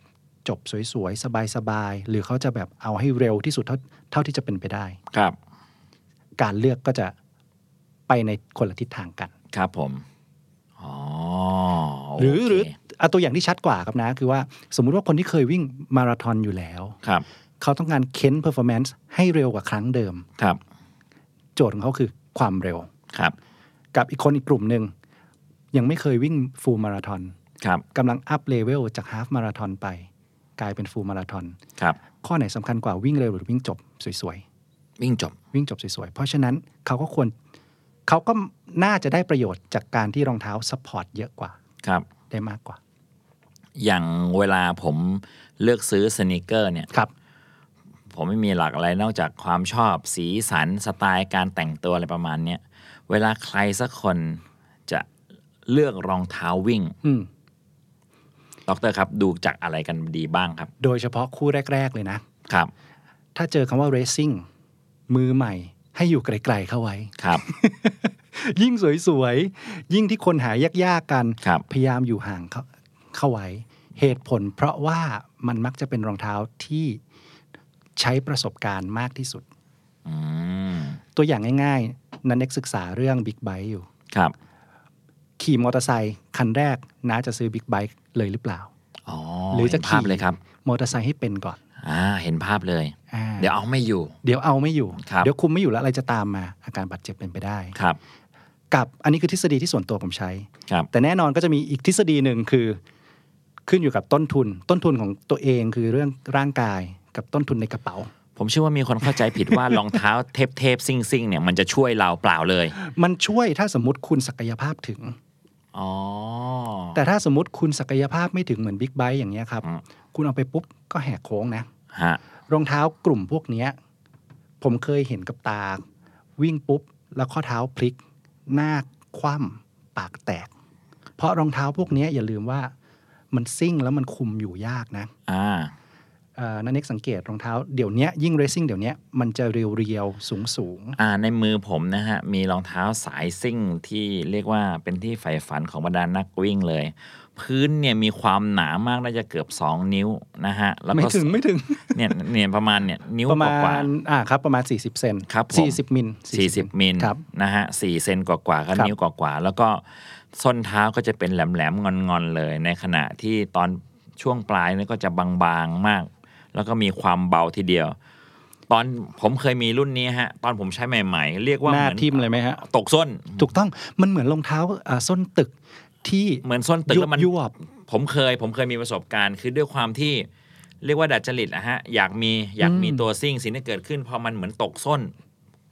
Speaker 4: จบสวยๆ สบายๆ หรือเขาจะแบบเอาให้เร็วที่สุดเท่าเท่าที่จะเป็นไปได้
Speaker 3: ครับ
Speaker 4: การเลือกก็จะไปในคนละทิศทางกัน
Speaker 3: ครับผมอ๋อ
Speaker 4: หรือ
Speaker 3: โเค
Speaker 4: หรือเอาตัวอย่างที่ชัดกว่าครับนะ คือว่าสมมุติว่าคนที่เคยวิ่งมาราธอนอยู่แล้ว
Speaker 3: ครับ
Speaker 4: เขาต้องการเค้นเพอร์ฟอร์แมนซ์ให้เร็วกว่าครั้งเดิม
Speaker 3: ครับ
Speaker 4: โจทย์ของเขาคือความเร็ว
Speaker 3: ครับ
Speaker 4: กับอีกคนอีกกลุ่มหนึ่งยังไม่เคยวิ่งฟูลมาราธอน
Speaker 3: ครับ
Speaker 4: กำลังอัพเลเวลจากฮาฟมาราธอนไป กลายเป็นฟูลมาราธอน
Speaker 3: ครับ
Speaker 4: ข้อไหนสำคัญกว่าวิ่งเร็วหรือวิ่งจบสวยๆ
Speaker 3: วิ่งจบ
Speaker 4: วิ่งจบสวยๆ เพราะฉะนั้นเขาก็ควรเขาก็น่าจะได้ประโยชน์จากการที่รองเท้าซัพพอร์ตเยอะกว่า
Speaker 3: ครับ
Speaker 4: ได้มากกว่า
Speaker 3: อย่างเวลาผมเลือกซื้อสนิเกอร์เนี่ย
Speaker 4: ครับ
Speaker 3: ผมไม่มีหลักอะไรนอกจากความชอบสีสันสไตล์การแต่งตัวอะไรประมาณเนี้ยเวลาใครสักคนจะเลือกรองเท้าวิ่ง
Speaker 4: อืม
Speaker 3: ดอกเตอรครับ ดูจากอะไรกันดีบ้างครับ
Speaker 4: โดยเฉพาะคู่แรก ๆ เลยนะ
Speaker 3: ครับ
Speaker 4: ถ้าเจอคำว่า racing มือใหม่ ให้อยู่ไกลๆเข้าไว้
Speaker 3: ครับ
Speaker 4: ยิ่งสวยๆ ยิ่งที่คนหายากๆกัน
Speaker 3: ครับ
Speaker 4: พยายามอยู่ห่างเข้าเข้าไว้ เหตุผลเพราะว่ามันมักจะเป็นรองเท้าที่ใช้ประสบการณ์มากที่สุด
Speaker 3: อืม
Speaker 4: ตัวอย่างง่าย ๆ นันเน็กศึกษาเรื่องบิ๊กไบค์อยู่
Speaker 3: ครับ
Speaker 4: ขี่มอเตอร์ไซค์คันแรกน้าจะซื้อบิ๊กไบค์เลยหรือเปล่า
Speaker 3: อ๋อ
Speaker 4: หรือจะ
Speaker 3: เนภา
Speaker 4: ขี่
Speaker 3: พเลยครับ
Speaker 4: มอเตอร์ไซค์ให้เป็นก่อน
Speaker 3: อ่าเห็นภาพเลย
Speaker 4: อ่า
Speaker 3: เดี๋ยวเอาไม่อยู่
Speaker 4: เดี๋ยวเอาไม่อยู่
Speaker 3: ครับ
Speaker 4: เดี๋ยวคุมไม่อยู่แล้วอะไรจะตามมา อาการบาดเจ็บเป็นไปได้
Speaker 3: ครับ
Speaker 4: กับอันนี้คือทฤษฎีที่ส่วนตัวผมใช้
Speaker 3: ครับ
Speaker 4: แต่แน่นอนก็จะมีอีกทฤษฎีหนึ่งคือ ขึ้นอยู่กับต้นทุน ต้นทุนของตัวเองคือเรื่องร่างกายกับต้นทุนในกระเป๋า
Speaker 3: ผมเชื่อว่ามีคนเข้าใจผิดว่ารองเท้าเทปเทปซิ่งซิ่งเนี่ยมันจะช่วยเราเปล่าเลย
Speaker 4: มันช่วยถ้าสมมติคุณศักยภาพถึง
Speaker 3: อ๋อ
Speaker 4: แต่ถ้าสมมติคุณศักยภาพไม่ถึงเหมือนบิ๊กไบค์อย่างเงี้ยครับ
Speaker 3: อืม
Speaker 4: คุณเอาไปปุ๊บก็แหกโค้งนะ
Speaker 3: ฮะ
Speaker 4: รองเท้ากลุ่มพวกเนี้ยผมเคยเห็นกับตา วิ่งปุ๊บ แล้วข้อเท้าพลิก หน้าคว่ำปากแตก เพราะรองเท้าพวกเนี้ยอย่าลืมว่ามันซิ่งแล้วมันคุมอยู่ยากนะ
Speaker 3: อ่า
Speaker 4: เอ่อนันเอกสังเกตรองเท้าเดี๋ยวเนี้ยยิ่งเรซิ่งเดี๋ยวเนี้ยมันจะเรียวๆ สูงๆ
Speaker 3: อ่าในมือผมนะฮะ มีรองเท้าสายซิ่งที่เรียกว่าเป็นที่ใฝ่ฝันของบรรดานักวิ่งเลย พื้นเนี่ยมีความหนามากน่าจะเกือบ 2 นิ้วนะฮะแล้ว
Speaker 4: ไม่
Speaker 3: ก็
Speaker 4: ถึงไม่ถึง
Speaker 3: เนี่ยเนี่ยประมาณเนี่ยนิ้ว
Speaker 4: ประมาก
Speaker 3: ว่า
Speaker 4: ณอ่าครับประมาณ 40 เซน
Speaker 3: ครับผม
Speaker 4: สี่สิบมิล
Speaker 3: สี่สิบมิล
Speaker 4: ครับ
Speaker 3: นะฮะสี่เซนกว่ากว่าๆก็
Speaker 4: ครับ
Speaker 3: นิ้วกว่ากว่าๆแล้วก็ส้นเท้าก็จะเป็นแหลมแหลมๆงอนๆเลย ในขณะที่ตอนช่วงปลายเนี่ยก็จะบางๆมาก แล้วก็มีความเบาทีเดียว ตอนผมเคยมีรุ่นนี้ฮะ ตอนผมใช้ใหม่ ๆ เรียกว่า
Speaker 4: หน้า
Speaker 3: เหมือน
Speaker 4: ทิ่มเลยไหมฮะ
Speaker 3: ตกส้น
Speaker 4: ถูกต้องมันเหมือนรองเท้าอ่าส้นตึกที่
Speaker 3: เหมือนส้นตึก
Speaker 4: ยุบ
Speaker 3: แล้วมัน
Speaker 4: ยวบ
Speaker 3: ผมเคยผมเคยมีประสบการณ์ คือด้วยความที่เรียกว่าดัดจริตอะฮะอยากมีอยากมี
Speaker 4: อืม
Speaker 3: ตัวซิ่งสิ่งที่เกิดขึ้นพอมันเหมือนตกส้น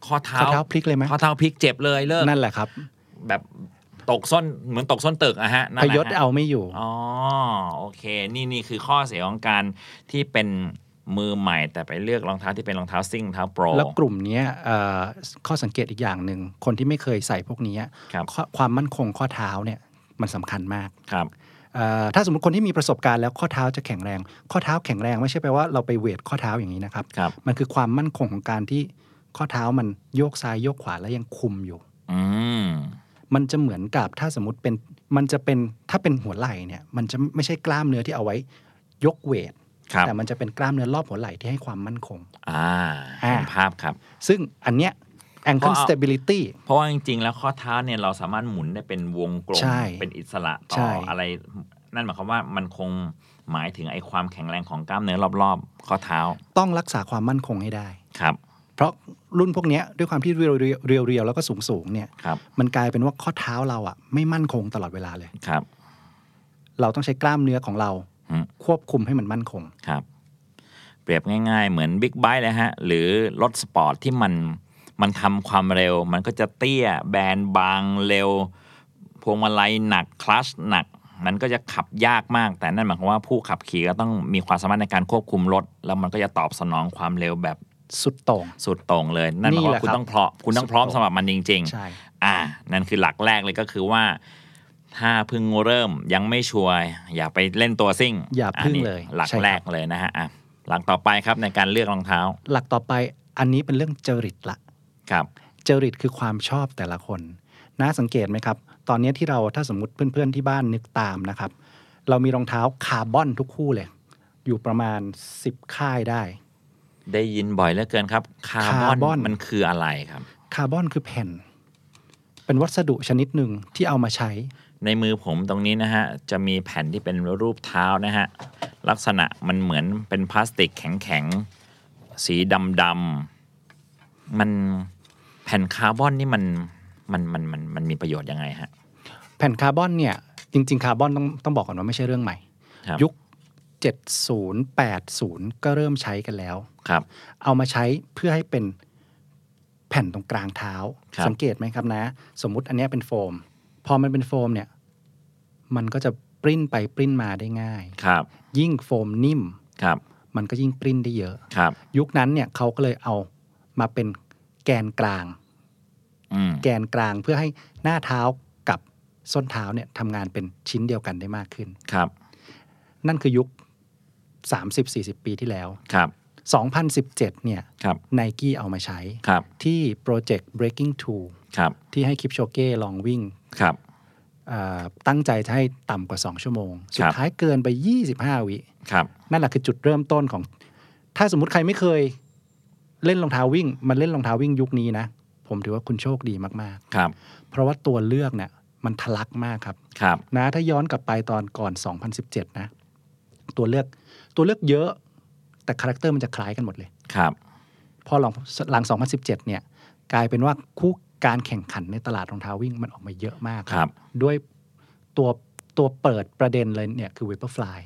Speaker 3: ข้อเท้า
Speaker 4: ข้อเท้าพลิกเลยไหม
Speaker 3: ข้อเท้าพลิกเจ็บเลยเลิก
Speaker 4: นั่นแหละครับ
Speaker 3: แบบตกส้นเหมือนตกส้นตึกอะฮะนั่น
Speaker 4: พ
Speaker 3: แหละ
Speaker 4: ยศ
Speaker 3: ฮะ
Speaker 4: เอาไม่อยู่
Speaker 3: อ๋อโอเค นี่นี่คือข้อเสียของการที่เป็นมือใหม่แต่ไปเลือกรองเท้าที่เป็นรองเท้าซิ่งรองเท้าโปร
Speaker 4: แล้วกลุ่มเนี้ยเอ่อข้อสังเกตอีกอย่างหนึ่ง คนที่ไม่เคยใส่พวกเนี้ย
Speaker 3: ครับ
Speaker 4: ข้อความมั่นคงข้อเท้าเนี่ยมันสำคัญมาก
Speaker 3: ครับ
Speaker 4: เอ่อถ้าสมมติคนที่มีประสบการณ์แล้วข้อเท้าจะแข็งแรง ข้อเท้าแข็งแรงไม่ใช่แปลว่าเราไปเวทข้อเท้าอย่างนี้นะครับ
Speaker 3: ครับ
Speaker 4: มันคือความมั่นคงของการที่ข้อเท้ามันโยกซ้ายโยกขวาแล้วยังคุมอยู่
Speaker 3: อืม
Speaker 4: มันจะเหมือนกับถ้าสมมติเป็นมันจะเป็นถ้าเป็นหัวไหล่เนี่ยมันจะไม่ใช่กล้ามเนื้อที่เอาไว้ยกเวท
Speaker 3: ครับ
Speaker 4: แต่มันจะเป็นกล้ามเนื้อรอบหัวไหล่ที่ให้ความมั่นคง
Speaker 3: อ่าเห็นภาพครับ
Speaker 4: ซึ่งอันเนี้ย ankle
Speaker 3: ก็เอา
Speaker 4: stability
Speaker 3: เพราะว่าจริงๆ แล้วข้อเท้าเนี่ยเราสามารถหมุนได้เป็นวงกลม
Speaker 4: ใช่
Speaker 3: เป็นอิสระต่
Speaker 4: ใช่
Speaker 3: ออะไร นั่นหมายความว่ามันคงหมายถึงไอ้ความแข็งแรงของกล้ามเนื้อรอบๆ ข้อเท้า
Speaker 4: ต้องรักษาความมั่นคงให้ได้
Speaker 3: ครับ
Speaker 4: เพราะรุ่นพวกเนี้ยด้วยความที่เรียวๆเรียวๆแล้วก็สูงสูงๆเนี่ย
Speaker 3: ครับ
Speaker 4: มันกลายเป็นว่าข้อเท้าเราอ่ะไม่มั่นคงตลอดเวลาเลย
Speaker 3: ครับ
Speaker 4: เราต้องใช้กล้ามเนื้อของเรา
Speaker 3: อืม
Speaker 4: ควบคุมให้มันมั่นคง
Speaker 3: ครับเปรียบง่ายๆ เหมือนบิ๊กไบค์เลยฮะ หรือรถสปอร์ตที่มันมันทำความเร็ว มันก็จะเตี้ยแบนบางเร็ว พวงมาลัยหนัก คลัชหนัก มันก็จะขับยากมาก แต่นั่นหมายความว่าผู้ขับขี่ก็ต้องมีความสามารถในการควบคุมรถ แล้วมันก็จะตอบสนองความเร็วแบบ
Speaker 4: สุดโต่ง
Speaker 3: สุดโต่งเลย นั่นหมายความว่าคุณต้องพร้อมคุณต้องพร้อมสำหรับมันจริง ๆ
Speaker 4: ใช่
Speaker 3: อ่า นั่นคือหลักแรกเลยก็คือว่า ถ้าเพิ่งเริ่มยังไม่ชัวร์อย่าไปเล่นตัวซิ่ง
Speaker 4: อย่าเพิ่ง
Speaker 3: นนี้
Speaker 4: เลย
Speaker 3: หลัก
Speaker 4: ใช่ครับ
Speaker 3: แรกเลยนะฮะอ่ะหลักต่อไปครับในการเลือกรองเท้า
Speaker 4: หลักต่อไปอันนี้เป็นเรื่องจริตละ
Speaker 3: ครับ
Speaker 4: จริตคือความชอบแต่ละคนนะสังเกตไหมครับ ตอนเนี้ยที่เราถ้าสมมติเพื่อนๆที่บ้านนึกตามนะครับ เรามีรองเท้าคาร์บอนทุกคู่เลย อยู่ประมาณ 10 ค่ายได้
Speaker 3: ได้ยินบ่อยเหลือเกินครับคาร์บอน
Speaker 4: คาร์บอน
Speaker 3: มันคืออะไรครับ
Speaker 4: คาร์บอนคือแผ่น เป็นวัสดุชนิดหนึ่งที่เอามาใช้
Speaker 3: ในมือผมตรงนี้นะฮะ จะมีแผ่นที่เป็นรูปเท้านะฮะ ลักษณะมันเหมือนเป็นพลาสติกแข็งๆ สีดำดำๆมันแผ่นคาร์บอนนี่มันมันมันมันมันมีประโยชน์ยังไงฮะ
Speaker 4: แผ่นคาร์บอนเนี่ย จริง ๆ คาร์บอนต้องต้องบอกก่อนว่าไม่ใช่เรื่องใหม่
Speaker 3: ครับ
Speaker 4: ยุค 70 80 ก็เริ่มใช้กันแล้ว
Speaker 3: ครับ
Speaker 4: เอามาใช้เพื่อให้เป็นแผ่นตรงกลางเท้า
Speaker 3: ครับ
Speaker 4: สังเกตไหมครับนะ สมมุติอันเนี้ยเป็นโฟม พอมันเป็นโฟมเนี่ย มันก็จะปริ้นไปปริ้นมาได้ง่าย
Speaker 3: ครับ
Speaker 4: ยิ่งโฟมนิ่ม
Speaker 3: ครับ
Speaker 4: มันก็ยิ่งปริ้นได้เยอะ
Speaker 3: ครับ
Speaker 4: ยุคนั้นเนี่ยเขาก็เลยเอามาเป็นแกนกลาง
Speaker 3: อืม
Speaker 4: แกนกลางเพื่อให้หน้าเท้ากับส้นเท้าเนี่ยทำงานเป็นชิ้นเดียวกันได้มากขึ้น
Speaker 3: ครับ
Speaker 4: นั่นคือยุค 30-40 ปีที่แล้ว
Speaker 3: ครับ
Speaker 4: 2017เนี่ย
Speaker 3: ครับ
Speaker 4: ไนกี้เอามาใช้
Speaker 3: ครับ
Speaker 4: ที่โปรเจกต์ breaking two
Speaker 3: ครับ
Speaker 4: ที่ให้คลิปโชเก้ลองวิ่ง
Speaker 3: ครับ
Speaker 4: เอ่อตั้งใจจะให้ต่ำกว่า 2 ชั่วโมง สุ
Speaker 3: ครั
Speaker 4: ด
Speaker 3: บ
Speaker 4: ท้ายเกินไป 25 วิ
Speaker 3: ครับ
Speaker 4: นั่นแหละคือจุดเริ่มต้นของ ถ้าสมมติใครไม่เคยเล่นรองเท้าวิ่ง มันเล่นรองเท้าวิ่งยุคนี้นะ ผมถือว่าคุณโชคดีมาก
Speaker 3: ครับ
Speaker 4: ๆ เพราะว่าตัวเลือกเนี่ยมันทะลักมากครับ
Speaker 3: ครับ
Speaker 4: นะถ้าย้อนกลับไปตอนก่อน 2017 นะ ตัวเลือกตัวเลือกเยอะ แต่คาแรคเตอร์มันจะคล้ายกันหมดเลย
Speaker 3: ครับ
Speaker 4: พอหลังหลัง 2017 เนี่ย กลายเป็นว่าคู่การแข่งขันในตลาดรองเท้าวิ่งมันออกมาเยอะมาก
Speaker 3: ครับ
Speaker 4: ด้วยตัวตัวเปิดประเด็นเลยเนี่ยคือ Vaporfly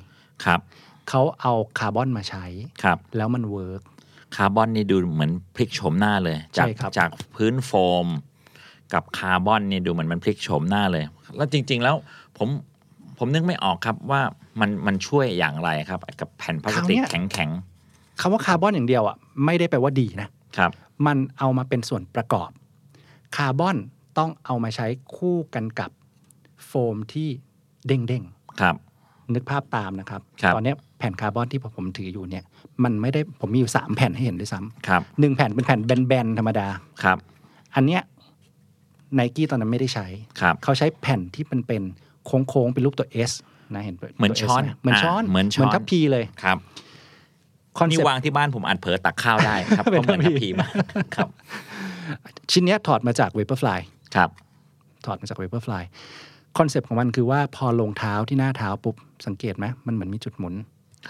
Speaker 3: ครับ
Speaker 4: เขาเอาคาร์บอนมาใช้
Speaker 3: ครับ
Speaker 4: แล้วมันเวิร์ก
Speaker 3: คาร์บอนนี่ดูเหมือนพลิกโฉมหน้าเลย จาก
Speaker 4: ใช่ครับ
Speaker 3: จากพื้นโฟม กับคาร์บอนนี่ดูเหมือนมันพลิกโฉมหน้าเลย แล้วจริง ๆ แล้วผม ผมนึกไม่ออกครับว่ามันมันช่วยอย่างไรครับกับแผ่นพลาสติกแข็ง
Speaker 4: คำว่าคาร์บอนอย่างเดียวอ่ะไม่ได้แปลว่าดีนะ
Speaker 3: ๆ ครับ
Speaker 4: มันเอามาเป็นส่วนประกอบ คาร์บอนต้องเอามาใช้คู่กันกับโฟมที่เด้งๆ
Speaker 3: ครับ
Speaker 4: นึกภาพตามนะครับ
Speaker 3: ครับ
Speaker 4: ตอนเนี้ยแผ่นคาร์บอนที่ผมถืออยู่เนี่ย มันไม่ได้ผมมีอยู่ 3 แผ่นให้เห็นด้วยซ้
Speaker 3: ครับ
Speaker 4: ำหนึ่งแผ่นเป็นแผ่นแบนๆธรรมดา
Speaker 3: ครับ
Speaker 4: อันเนี้ยไนกี้ตอนนั้นไม่ได้ใช้
Speaker 3: ครับ
Speaker 4: เขาใช้แผ่นที่มันเป็นโค้งๆเป็นรูปตัว S นะเห็นตัว
Speaker 3: เหมือน
Speaker 4: ตัว S
Speaker 3: ช้อน
Speaker 4: ไหเหมือนช้อน
Speaker 3: อ่าเหมือนช้อน
Speaker 4: ทัพพีเลย
Speaker 3: ครับ
Speaker 4: คอน
Speaker 3: นี่
Speaker 4: เซ็ป
Speaker 3: วาง
Speaker 4: ต์
Speaker 3: ที่บ้านผมอัดเผลอตักข้าวได้
Speaker 4: (laughs)
Speaker 3: ครับ
Speaker 4: เป็
Speaker 3: ก็
Speaker 4: น
Speaker 3: เหมือนทั
Speaker 4: ทั
Speaker 3: พ
Speaker 4: พพี
Speaker 3: พีมากครับ
Speaker 4: ชิ้นเนี้ยถอดมาจากเวเปอร์ฟลาย
Speaker 3: ครับ
Speaker 4: ถอดมาจากเวเปอร์ฟลายคอนเซ็ปต์ของมันคือว่าพอลงเท้าที่หน้าเท้าปุ๊บ สังเกตไหมมันเหมือนมีจุดหมุน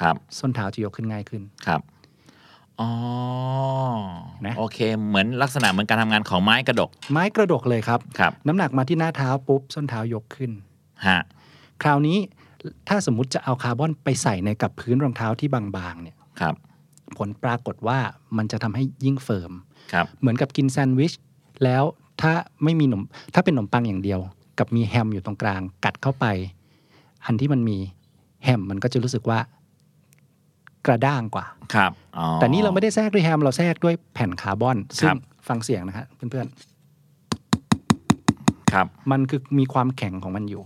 Speaker 3: ครับ
Speaker 4: ส้นเท้าจะยกขึ้นง่ายขึ้น
Speaker 3: ครับ อ๋อ
Speaker 4: นะ
Speaker 3: โอเค เหมือนลักษณะเหมือนการทำงานของไม้กระดก
Speaker 4: ไม้กระดกเลยครับ
Speaker 3: ครับ
Speaker 4: น้ำหนักมาที่หน้าเท้าปุ๊บ ส้นเท้ายกขึ้น
Speaker 3: ฮะ
Speaker 4: คราวนี้ถ้าสมมติจะเอาคาร์บอนไปใส่ในกับพื้นรองเท้าที่บางๆเนี่ย
Speaker 3: ครับ
Speaker 4: ผลปรากฏว่ามันจะทำให้ยิ่งเฟิร์ม
Speaker 3: ครับ
Speaker 4: เหมือนกับกินแซนด์วิช แล้วถ้าไม่มีหนมถ้าเป็นขนมปังอย่างเดียว กับมีแฮมอยู่ตรงกลาง กัดเข้าไป อันที่มันมีแฮมมันก็จะรู้สึกว่ากระด้างกว่า
Speaker 3: ครับอ๋อ
Speaker 4: แต่นี่เราไม่ได้แทรกด้วยแฮมเราแทรกด้วยแผ่นคาร์บอน
Speaker 3: ค
Speaker 4: ซึ่
Speaker 3: รั
Speaker 4: ง
Speaker 3: บ
Speaker 4: ฟังเสียงนะฮะเพื่อน
Speaker 3: ครับ
Speaker 4: ๆมันคือมีความแข็งของมันอยู่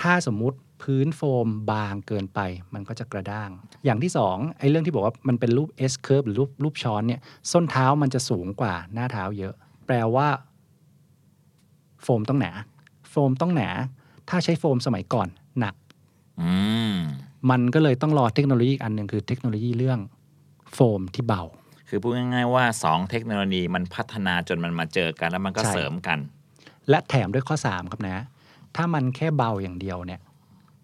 Speaker 4: ถ้าสมมุติพื้นโฟมบางเกินไป มันก็จะกระด้าง อย่างที่สองไอ้เรื่องที่บอกว่ามันเป็นรูป S curve หรือรูปรูปช้อนเนี่ยส้นเท้ามันจะสูงกว่าหน้าเท้าเยอะ แปลว่า โฟมต้องหนา โฟมต้องหนา ถ้าใช้โฟมสมัยก่อนหนัก
Speaker 3: อืม
Speaker 4: มันก็เลยต้องรอเทคโนโลยีอีกอันหนึ่งคือเทคโนโลยีเรื่องโฟมที่เบา
Speaker 3: คือพูดง่ายๆว่า 2 เทคโนโลยีมันพัฒนาจนมันมาเจอกัน แล้วมันก็
Speaker 4: ใช่
Speaker 3: เสริมกัน
Speaker 4: และแถมด้วยข้อ 3 ครับนะ ถ้ามันแค่เบาอย่างเดียวเนี่ย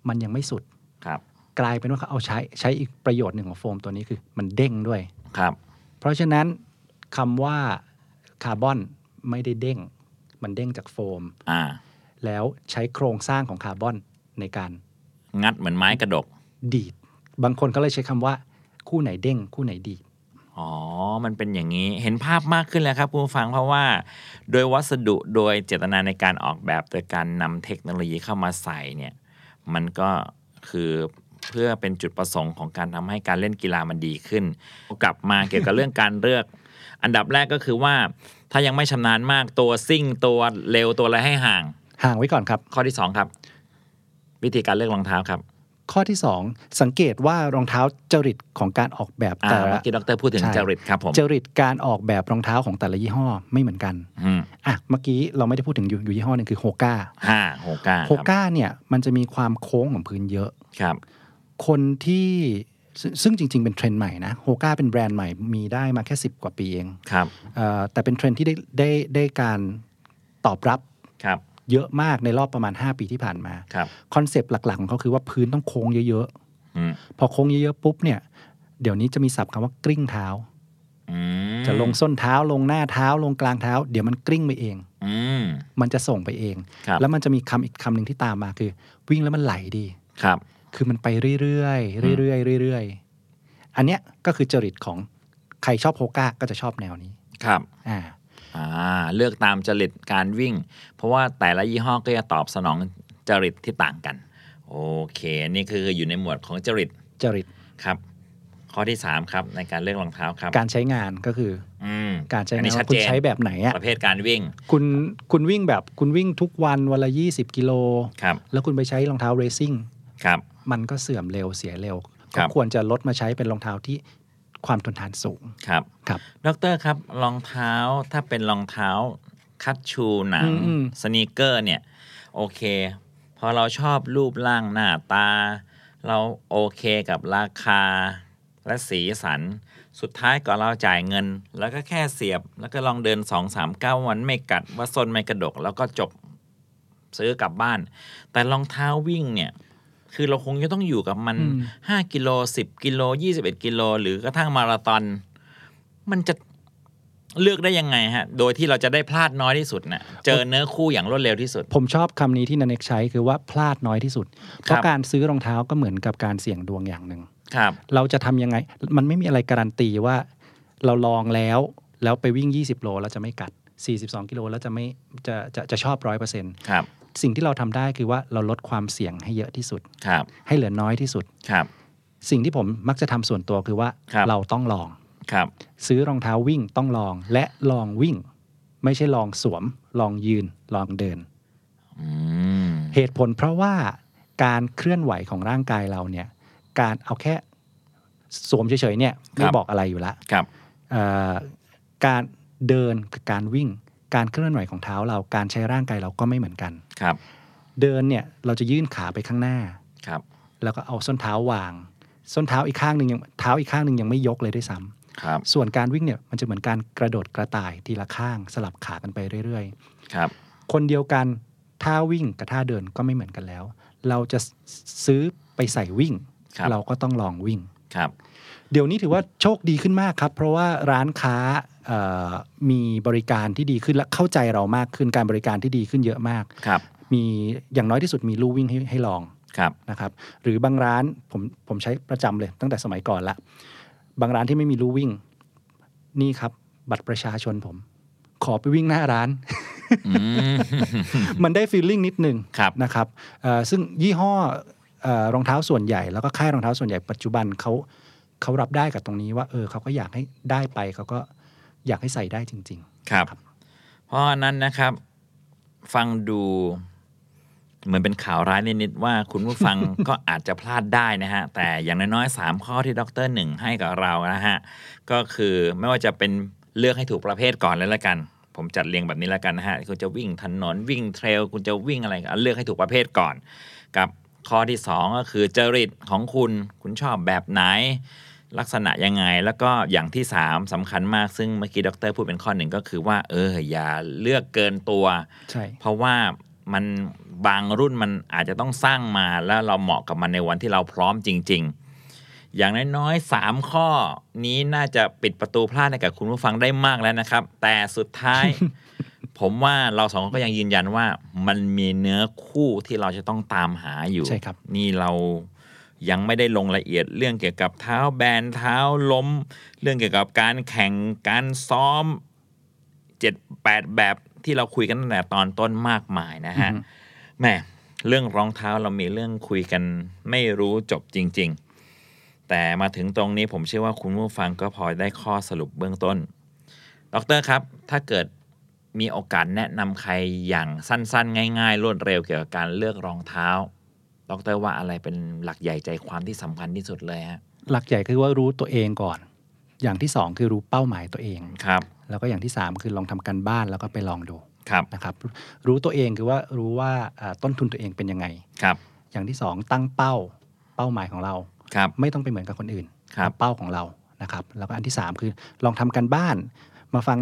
Speaker 4: มันยังไม่สุด
Speaker 3: ครับ
Speaker 4: กลายเป็นว่าเขาเอาใช้ใช้อีกประโยชน์หนึ่งของโฟมตัวนี้คือมันเด้งด้วย
Speaker 3: ครับ
Speaker 4: เพราะฉะนั้นคำว่าคาร์บอนไม่ได้เด้ง มันเด้งจากโฟม
Speaker 3: อ่า
Speaker 4: แล้วใช้โครงสร้างของคาร์บอนในการ
Speaker 3: งัดเหมือนไม้กระดก
Speaker 4: ดีด บางคนก็เลยใช้คำว่าคู่ไหนเด้ง คู่ไหนดีด
Speaker 3: อ๋อ มันเป็นอย่างนี้ เห็นภาพมากขึ้นแล้วครับคุณผู้ฟัง เพราะว่า โดยวัสดุโดยเจตนาในการออกแบบ โดยการนำเทคโนโลยีเข้ามาใส่เนี่ย มันก็คือเพื่อเป็นจุดประสงค์ของการทำให้การเล่นกีฬามันดีขึ้น กลับมาเกี่ยวกับเรื่องการเลือก อันดับแรกก็คือว่า ถ้ายังไม่ชำนาญมากตัวซิ่งตัวเร็วตัวอะไรให้ห่าง
Speaker 4: ห่างไว้ก่อนครับ
Speaker 3: ข้อที่สองครับ วิธีการเลือกรองเท้าครับ
Speaker 4: ข้อที่ 2 สังเกตว่ารองเท้าจริตของการออกแบบ
Speaker 3: อ่า
Speaker 4: แต่
Speaker 3: เมื่
Speaker 4: ละ
Speaker 3: อกี้ดรพูดถึง
Speaker 4: ใช่
Speaker 3: จริตครับผม
Speaker 4: จริตการออกแบบรองเท้าของแต่ละยี่ห้อไม่เหมือนกัน
Speaker 3: อืม
Speaker 4: อ่ะเมื่อกี้เราไม่ได้พูดถึงอยู่อยู่ยี่ห้อหนึ่งคือโฮก้า
Speaker 3: ห้าหกเก้า
Speaker 4: โฮก้าเนี่ยมันจะมีความโค้งของพื้นเยอะ
Speaker 3: ครับ
Speaker 4: คนที่ซึ่งซึ่งจริง ๆ เป็นเทรนด์ใหม่นะโฮก้าเป็นแบรนด์ใหม่มีได้มาแค่ 10 กว่าปีเอง
Speaker 3: ครับ
Speaker 4: เอ่อแต่เป็นเทรนด์ที่ได้ได้ได้การตอบรับ
Speaker 3: ครับ
Speaker 4: เยอะมากในรอบประมาณ 5 ปีที่ผ่านมา
Speaker 3: ครับ
Speaker 4: คอนเซปต์หลัก ๆ ของเขาคือว่าพื้นต้องโค้งเยอะ
Speaker 3: อืม
Speaker 4: ๆ พอโค้งเยอะๆปุ๊บเนี่ยเดี๋ยวนี้จะมีศัพท์คำว่ากริ้งเท้า
Speaker 3: อืม
Speaker 4: จะลงส้นเท้าลงหน้าเท้าลงกลางเท้า เดี๋ยวมันกริ้งไปเอง
Speaker 3: อืม
Speaker 4: มันจะส่งไปเอง
Speaker 3: ครับ
Speaker 4: แล้วมันจะมีคำอีกคำหนึ่งที่ตามมาคือ วิ่งแล้วมันไหลดี
Speaker 3: ครับ
Speaker 4: คือมันไปเรื่อย
Speaker 3: อืม
Speaker 4: ๆเรื่อยๆเรื่อยๆอันเนี้ยก็คือจริตของใครชอบโฮก้าก็จะชอบแนวนี้
Speaker 3: ครับ
Speaker 4: อ่า
Speaker 3: อ่า เลือกตามจริตการวิ่ง เพราะว่าแต่ละยี่ห้อก็จะตอบสนองจริตที่ต่างกัน โอเค นี่คืออยู่ในหมวดของจริต
Speaker 4: จริต
Speaker 3: ครับ ข้อที่สามครับในการเลือกรองเท้าครับ
Speaker 4: การใช้งานก็คือ
Speaker 3: อืม
Speaker 4: การใช้
Speaker 3: อั
Speaker 4: งาน
Speaker 3: นี้ชั
Speaker 4: น
Speaker 3: ด
Speaker 4: ว่าคุ
Speaker 3: เจ
Speaker 4: ณ
Speaker 3: น
Speaker 4: ใช้แบบไหนอ่ะ
Speaker 3: ประเภทการวิ่ง
Speaker 4: คุณคุณวิ่งแบบคุณวิ่งทุกวันวันละ 20 กิโล
Speaker 3: ครับ
Speaker 4: แล้วคุณไปใช้รองเท้าเรซิ่ง
Speaker 3: ครับ
Speaker 4: มันก็เสื่อมเร็วเสียเร็ว
Speaker 3: ครั
Speaker 4: ก็
Speaker 3: บ
Speaker 4: ควรจะลดมาใช้เป็นรองเท้าที่ความทนทานสูง
Speaker 3: ครับ
Speaker 4: ครับ
Speaker 3: ดรครับ รองเท้าถ้าเป็นรองเท้าคัตชูหนัง
Speaker 4: อืมอืม
Speaker 3: สนีกเกอร์เนี่ย โอเค พอเราชอบรูปร่างหน้าตา เราโอเคกับราคาและสีสัน สุดท้ายก็เราจ่ายเงิน แล้วก็แค่เสียบ แล้วก็ลองเดิน 2 3 9 วันไม่กัด ว่าส้นไม่กระดก แล้วก็จบซื้อกลับบ้าน แต่รองเท้าวิ่งเนี่ย คือเราคงจะต้องอยู่กับมัน
Speaker 4: อืม
Speaker 3: 5 กิโล 10 กิโล 21 กิโล หรือกระทั่งมาราธอน มันจะเลือกได้ยังไงฮะ โดยที่เราจะได้พลาดน้อยที่สุดน่ะ เจอเนื้อคู่อย่างรวดเร็วที่สุด
Speaker 4: ผมชอบคำนี้ที่นันเอกใช้คือว่าพลาดน้อยที่สุด เพ
Speaker 3: ค
Speaker 4: ราะ
Speaker 3: รับ
Speaker 4: การซื้อรองเท้าก็เหมือนกับการเสี่ยงดวงอย่างหนึ่ง
Speaker 3: ครับ
Speaker 4: เราจะทำยังไง มันไม่มีอะไรการันตีว่า เราลองแล้ว แล้วไปวิ่ง 20 โลแล้วจะไม่กัด 42 กิโลแล้วจะไม่จะจะจะชอบร้อยเปอร์เซ็นต์
Speaker 3: ครับ
Speaker 4: สิ่งที่เราทำได้คือว่าเราลดความเสี่ยงให้เยอะที่สุด
Speaker 3: ครับ
Speaker 4: ให้เหลือน้อยที่สุด
Speaker 3: ครับ
Speaker 4: สิ่งที่ผมมักจะทำส่วนตัวคือว่า
Speaker 3: ครับ
Speaker 4: เราต้องลอง
Speaker 3: ครับ
Speaker 4: ซื้อรองเท้าวิ่งต้องลองและลองวิ่ง ไม่ใช่ลองสวม ลองยืน ลองเดิน
Speaker 3: อืม
Speaker 4: เหตุผลเพราะว่าการเคลื่อนไหวของร่างกายเราเนี่ยการเอาแค่สวมเฉยๆเนี่ย
Speaker 3: ค
Speaker 4: ไม่
Speaker 3: รับ
Speaker 4: บอกอะไรอยู่ละ
Speaker 3: ครับ
Speaker 4: เอ่อการเดินกับการวิ่ง การเคลื่อนไหวของเท้าเราการใช้ร่างกายเราก็ไม่เหมือนกัน
Speaker 3: ครับ
Speaker 4: เดินเนี่ยเราจะยื่นขาไปข้างหน้า
Speaker 3: ครับ
Speaker 4: แล้วก็เอาส้นเท้าวาง ส้นเท้าอีกข้างหนึ่งยังเท้าอีกข้างหนึ่งยังไม่ยกเลยด้วยซ้ำ
Speaker 3: ครับ
Speaker 4: ส่วนการวิ่งเนี่ยมันจะเหมือนการกระโดดกระต่ายทีละข้างสลับขากันไปเรื่อย
Speaker 3: ครับ
Speaker 4: ๆ คนเดียวกันท่าวิ่งกับท่าเดินก็ไม่เหมือนกันแล้ว เราจะซื้อไปใส่วิ่ง
Speaker 3: ครับ
Speaker 4: เราก็ต้องลองวิ่ง
Speaker 3: ครับ
Speaker 4: เดี๋ยวนี้ถือว่าโชคดีขึ้นมากครับ เพราะว่าร้านค้าเอ่อมีบริการที่ดีขึ้นและเข้าใจเรามากขึ้นการบริการที่ดีขึ้นเยอะมาก
Speaker 3: ครับ
Speaker 4: มีอย่างน้อยที่สุดมีลู่วิ่งให้ให้ลอง
Speaker 3: ครับ
Speaker 4: นะครับหรือบางร้านผมผมใช้ประจำเลยตั้งแต่สมัยก่อนละ บางร้านที่ไม่มีลู่วิ่ง นี่ครับ บัตรประชาชนผม ขอไปวิ่งหน้าร้าน (laughs)
Speaker 3: อืม
Speaker 4: มันได้ฟีลลิ่งนิดหนึง
Speaker 3: ครับ
Speaker 4: นะครับเอ่อซึ่งยี่ห้อเอ่อรองเท้าส่วนใหญ่ แล้วก็ค่ายรองเท้าส่วนใหญ่ปัจจุบันเขาเขารับได้กับตรงนี้ว่าเออเขาก็อยากให้ได้ไปเขาก็อยากให้ใส่ได้จริง
Speaker 3: ครับ เพราะฉะนั้นนะครับ ฟังดู เหมือนเป็นข่าวร้ายนิดๆว่าคุณผู้ฟัง ก็อาจจะพลาดได้นะ (laughs) ฮะ แต่อย่างน้อยๆสามข้อที่ดรหนึ่งให้กับเรานะฮะ ก็คือไม่ว่าจะเป็นเลือกให้ถูกประเภทก่อนเลยละกัน ผมจัดเรียงแบบนี้ละกันนะฮะ คุณจะวิ่งถนนวิ่งเทรล คุณจะวิ่งอะไรก็เลือกให้ถูกประเภทก่อน กับข้อที่สองก็คือจริตของคุณคุณชอบแบบไหน ลักษณะยังไงแล้วก็อย่างที่ 3สำคัญมากซึ่งเมื่อกี้ดรพูดเป็นข้อหนึ่งก็คือว่า เออ อย่าเลือกเกินตัว
Speaker 4: ๆ ใช่
Speaker 3: เพราะว่ามันบางรุ่นมันอาจจะต้องสร้างมาแล้วเราเหมาะกับมันในวันที่เราพร้อมจริง ๆ อย่างน้อยๆ 3 ข้อนี้น่าจะปิดประตูพลาดให้กับคุณผู้ฟังได้มากแล้วนะครับ แต่สุด
Speaker 4: (laughs)
Speaker 3: ท้าย ผมว่าเราสองคนก็ยังยืนยันว่ามันมีเนื้อคู่ที่เราจะต้องตามหาอยู่
Speaker 4: ใช่ครับ
Speaker 3: นี่เรายังไม่ได้ลงละเอียดเรื่องเกี่ยวกับเท้าแบนเท้าล้ม เรื่องเกี่ยวกับการแข่งการซ้อม 7 8 แบบที่เราคุยกันตั้งแต่ตอนต้นมากมายนะฮะ
Speaker 4: อือฮึ
Speaker 3: แหม่เรื่องรองเท้าเรามีเรื่องคุยกันไม่รู้จบจริง ๆ แต่มาถึงตรงนี้ผมเชื่อว่าคุณผู้ฟังก็พอได้ข้อสรุปเบื้องต้น ดรครับ ถ้าเกิดมีโอกาสแนะนำใครอย่างสั้น ๆ ง่าย ๆ รวดเร็วเกี่ยวกับการเลือกรองเท้า ดรว่าอะไรเป็นหลักใหญ่ใจความที่สำคัญที่สุดเลยฮะ
Speaker 4: หลักใหญ่คือว่ารู้ตัวเองก่อน อย่างที่สองคือรู้เป้าหมายตัวเอง
Speaker 3: ครับ
Speaker 4: แล้วก็อย่างที่สามคือลองทำการบ้านแล้วก็ไปลองดู
Speaker 3: ครับ
Speaker 4: นะครับรู้ตัวเองคือว่ารู้ว่าอ่าต้นทุนตัวเองเป็นยังไง
Speaker 3: ครับ
Speaker 4: อย่างที่สองตั้งเป้าเป้าหมายของเรา
Speaker 3: ครับ
Speaker 4: ไม่ต้องไปเหมือนกับคนอื่น
Speaker 3: ครับ
Speaker 4: เป้าของเรานะครับแล้วก็อันที่สามคือลองทำกันบ้าน มาฟัง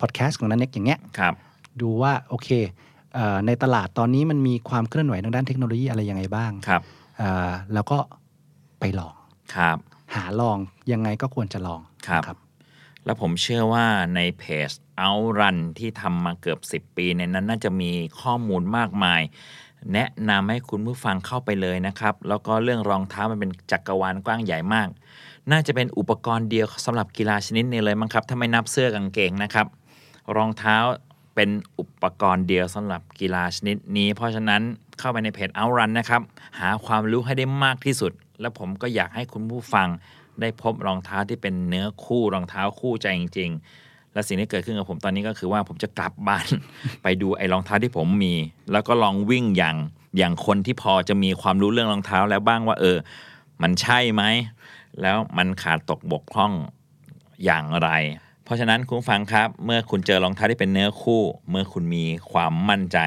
Speaker 4: พอดแคสต์ของนันเน็กอย่างเงี้ย
Speaker 3: ครับ
Speaker 4: ดูว่าโอเคเอ่อในตลาดตอนนี้มันมีความเคลื่อนไหวทางด้านเทคโนโลยีอะไรยังไงบ้าง
Speaker 3: ครับ
Speaker 4: เอ่อแล้วก็ไปลอง
Speaker 3: ครับ
Speaker 4: หาลองยังไงก็ควรจะลอง
Speaker 3: ครับ
Speaker 4: นะครับ
Speaker 3: แล้วผมเชื่อว่าในเพจ Outrun ที่ทำมาเกือบ 10 ปีในนั้นน่าจะมีข้อมูลมากมาย แนะนำให้คุณผู้ฟังเข้าไปเลยนะครับ แล้วก็เรื่องรองเท้ามันเป็นจักรวาลกว้างใหญ่มาก น่าจะเป็นอุปกรณ์เดียวสำหรับกีฬาชนิดหนึงเลยมั้งครับ ถ้าไม่นับเสื้อกางเกงนะครับ รองเท้าเป็นอุปกรณ์เดียวสำหรับกีฬาชนิดนี้ เพราะฉะนั้นเข้าไปในเพจ Outrun นะครับ หาความรู้ให้ได้มากที่สุด และผมก็อยากให้คุณผู้ฟังได้พบรองเท้าที่เป็นเนื้อคู่รองเท้าคู่ใจจริง ๆ และสิ่งที่เกิดขึ้นกับผมตอนนี้ก็คือว่าผมจะกลับบ้าน ไปดูไอ้รองเท้าที่ผมมี แล้วก็ลองวิ่งอย่างอย่างคนที่พอจะมีความรู้เรื่องรองเท้าแล้วบ้างว่า เออ มันใช่ไหม แล้วมันขาดตกบกพร่อง อย่างไร เพราะฉะนั้นคุณผู้ฟังครับ เมื่อคุณเจอรองเท้าที่เป็นเนื้อคู่ เมื่อคุณมีความมั่นใจ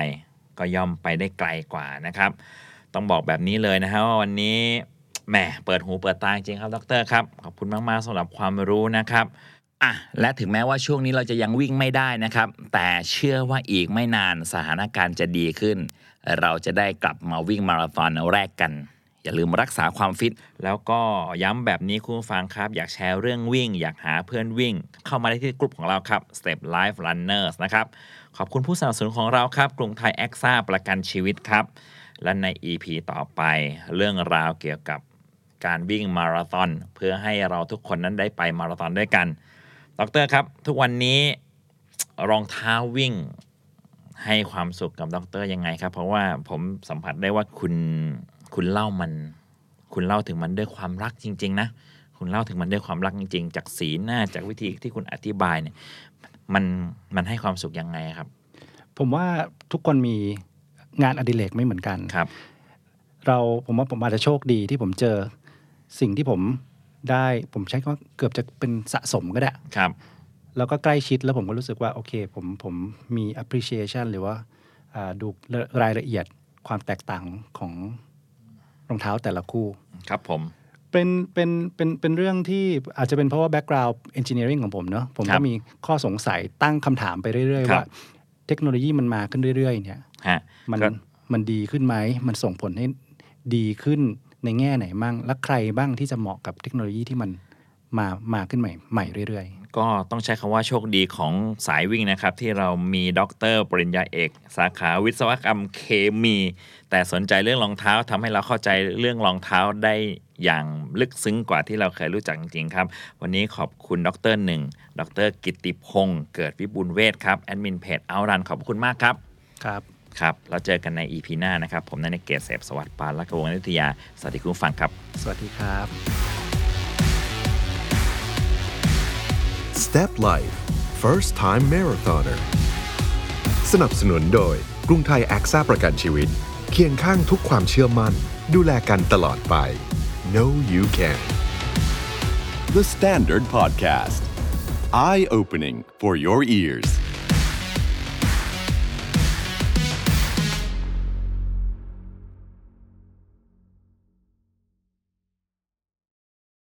Speaker 3: ก็ย่อมไปได้ไกลกว่านะครับ ต้องบอกแบบนี้เลยนะฮะว่าวันนี้แหมเปิดหูเปิดตาจริงครับดรครับ ขอบคุณมากๆสำหรับความรู้นะครับอ่ะและถึงแม้ว่าช่วงนี้เราจะยังวิ่งไม่ได้นะครับ แต่เชื่อว่าอีกไม่นานสถานการณ์จะดีขึ้น เราจะได้กลับมาวิ่งมาราธอนแรกกัน อย่าลืมรักษาความฟิต แล้วก็ย้ำแบบนี้คุณผู้ฟังครับ อยากแชร์เรื่องวิ่ง อยากหาเพื่อนวิ่ง เข้ามาได้ที่กลุ่มของเราครับ Step Life Runners นะครับ ขอบคุณผู้สนับสนุนของเราครับกรุงไทยแอคซ่าประกันชีวิตครับ และใน EP ต่อไปเรื่องราวเกี่ยวกับการวิ่งมาราธอน เพื่อให้เราทุกคนนั้นได้ไปมาราธอนด้วยกันดอกเตอรครับ ทุกวันนี้รองเท้าวิ่ง ให้ความสุขกับด็อกเตอร์ยังไงครับ เพราะว่าผมสัมผัสได้ว่าคุณคุณเล่ามัน คุณเล่าถึงมันด้วยความรักจริง ๆ นะ คุณเล่าถึงมันด้วยความรักจริง ๆ จากสีหน้าจากวิธีที่คุณอธิบายเนี่ย มันมันให้ความสุขยังไงครับ
Speaker 4: ผมว่าทุกคนมีงานอดิเรกไม่เหมือนกัน
Speaker 3: ครับ
Speaker 4: เราผมว่าผมอาจจะโชคดีที่ผมเจอสิ่งที่ผมได้ผมใช้คำว่าเกือบจะเป็นสะสมก็ได้
Speaker 3: ครับ
Speaker 4: แล้วก็ใกล้ชิดแล้วผมก็รู้สึกว่า โอเค ผมผมมี appreciation หรือว่าอ่าดูรายละเอียดความแตกต่างของ รองเท้าแต่ละคู่
Speaker 3: ครับผม
Speaker 4: เป็นเป็นเป็นเป็นเรื่องที่อาจจะเป็นเพราะว่าแบ็กกราวด์เอนจิเนียริงของผมเนอะผม
Speaker 3: ครั
Speaker 4: ก็
Speaker 3: บ
Speaker 4: มีข้อสงสัยตั้งคำถามไปเรื่อย
Speaker 3: ครับ
Speaker 4: ๆว่า เทคโนโลยีมันมาขึ้นเรื่อย ๆ เนี่ย
Speaker 3: ฮะ
Speaker 4: มัน
Speaker 3: ก็
Speaker 4: มันดีขึ้นไหม มันส่งผลให้ดีขึ้นในแง่ไหนบ้าง และใครบ้างที่จะเหมาะกับเทคโนโลยีที่มันมามาขึ้นใหม่ใหม่เรื่อย
Speaker 3: ก็ต้องใช้คำว่าโชคดีของสายวิ่งนะครับ ที่เรามีด็อกเตอร์ปริญญาเอก สาขาวิศวกรรมเคมี แต่สนใจเรื่องรองเท้าทำให้เราเข้าใจเรื่องรองเท้าได้อย่างลึกซึ้งกว่าที่เราเคยรู้จักจริงๆครับ วันนี้ขอบคุณดรหนึ่งดรกิตติพงศ์เกิดวิบูลย์เวทครับแอดมินเพจเอารันขอบคุณมากครับ
Speaker 4: ๆ ครับ
Speaker 3: ครับ แล้วเจอกันใน EP หน้านะครับ ผมนันเกศเสพสวัสดิ์ปานและกวงศ์อนิตยา สวัสดีคุณผู้ฟังครับ
Speaker 4: สวัสดีครับ
Speaker 2: Step Life First Time Marathoner สนับสนุนโดยกรุงไทยแอคซ่าประกันชีวิต เคียงข้างทุกความเชื่อมั่น ดูแลกันตลอดไป No you can
Speaker 1: The Standard Podcast. Eye opening for your ears.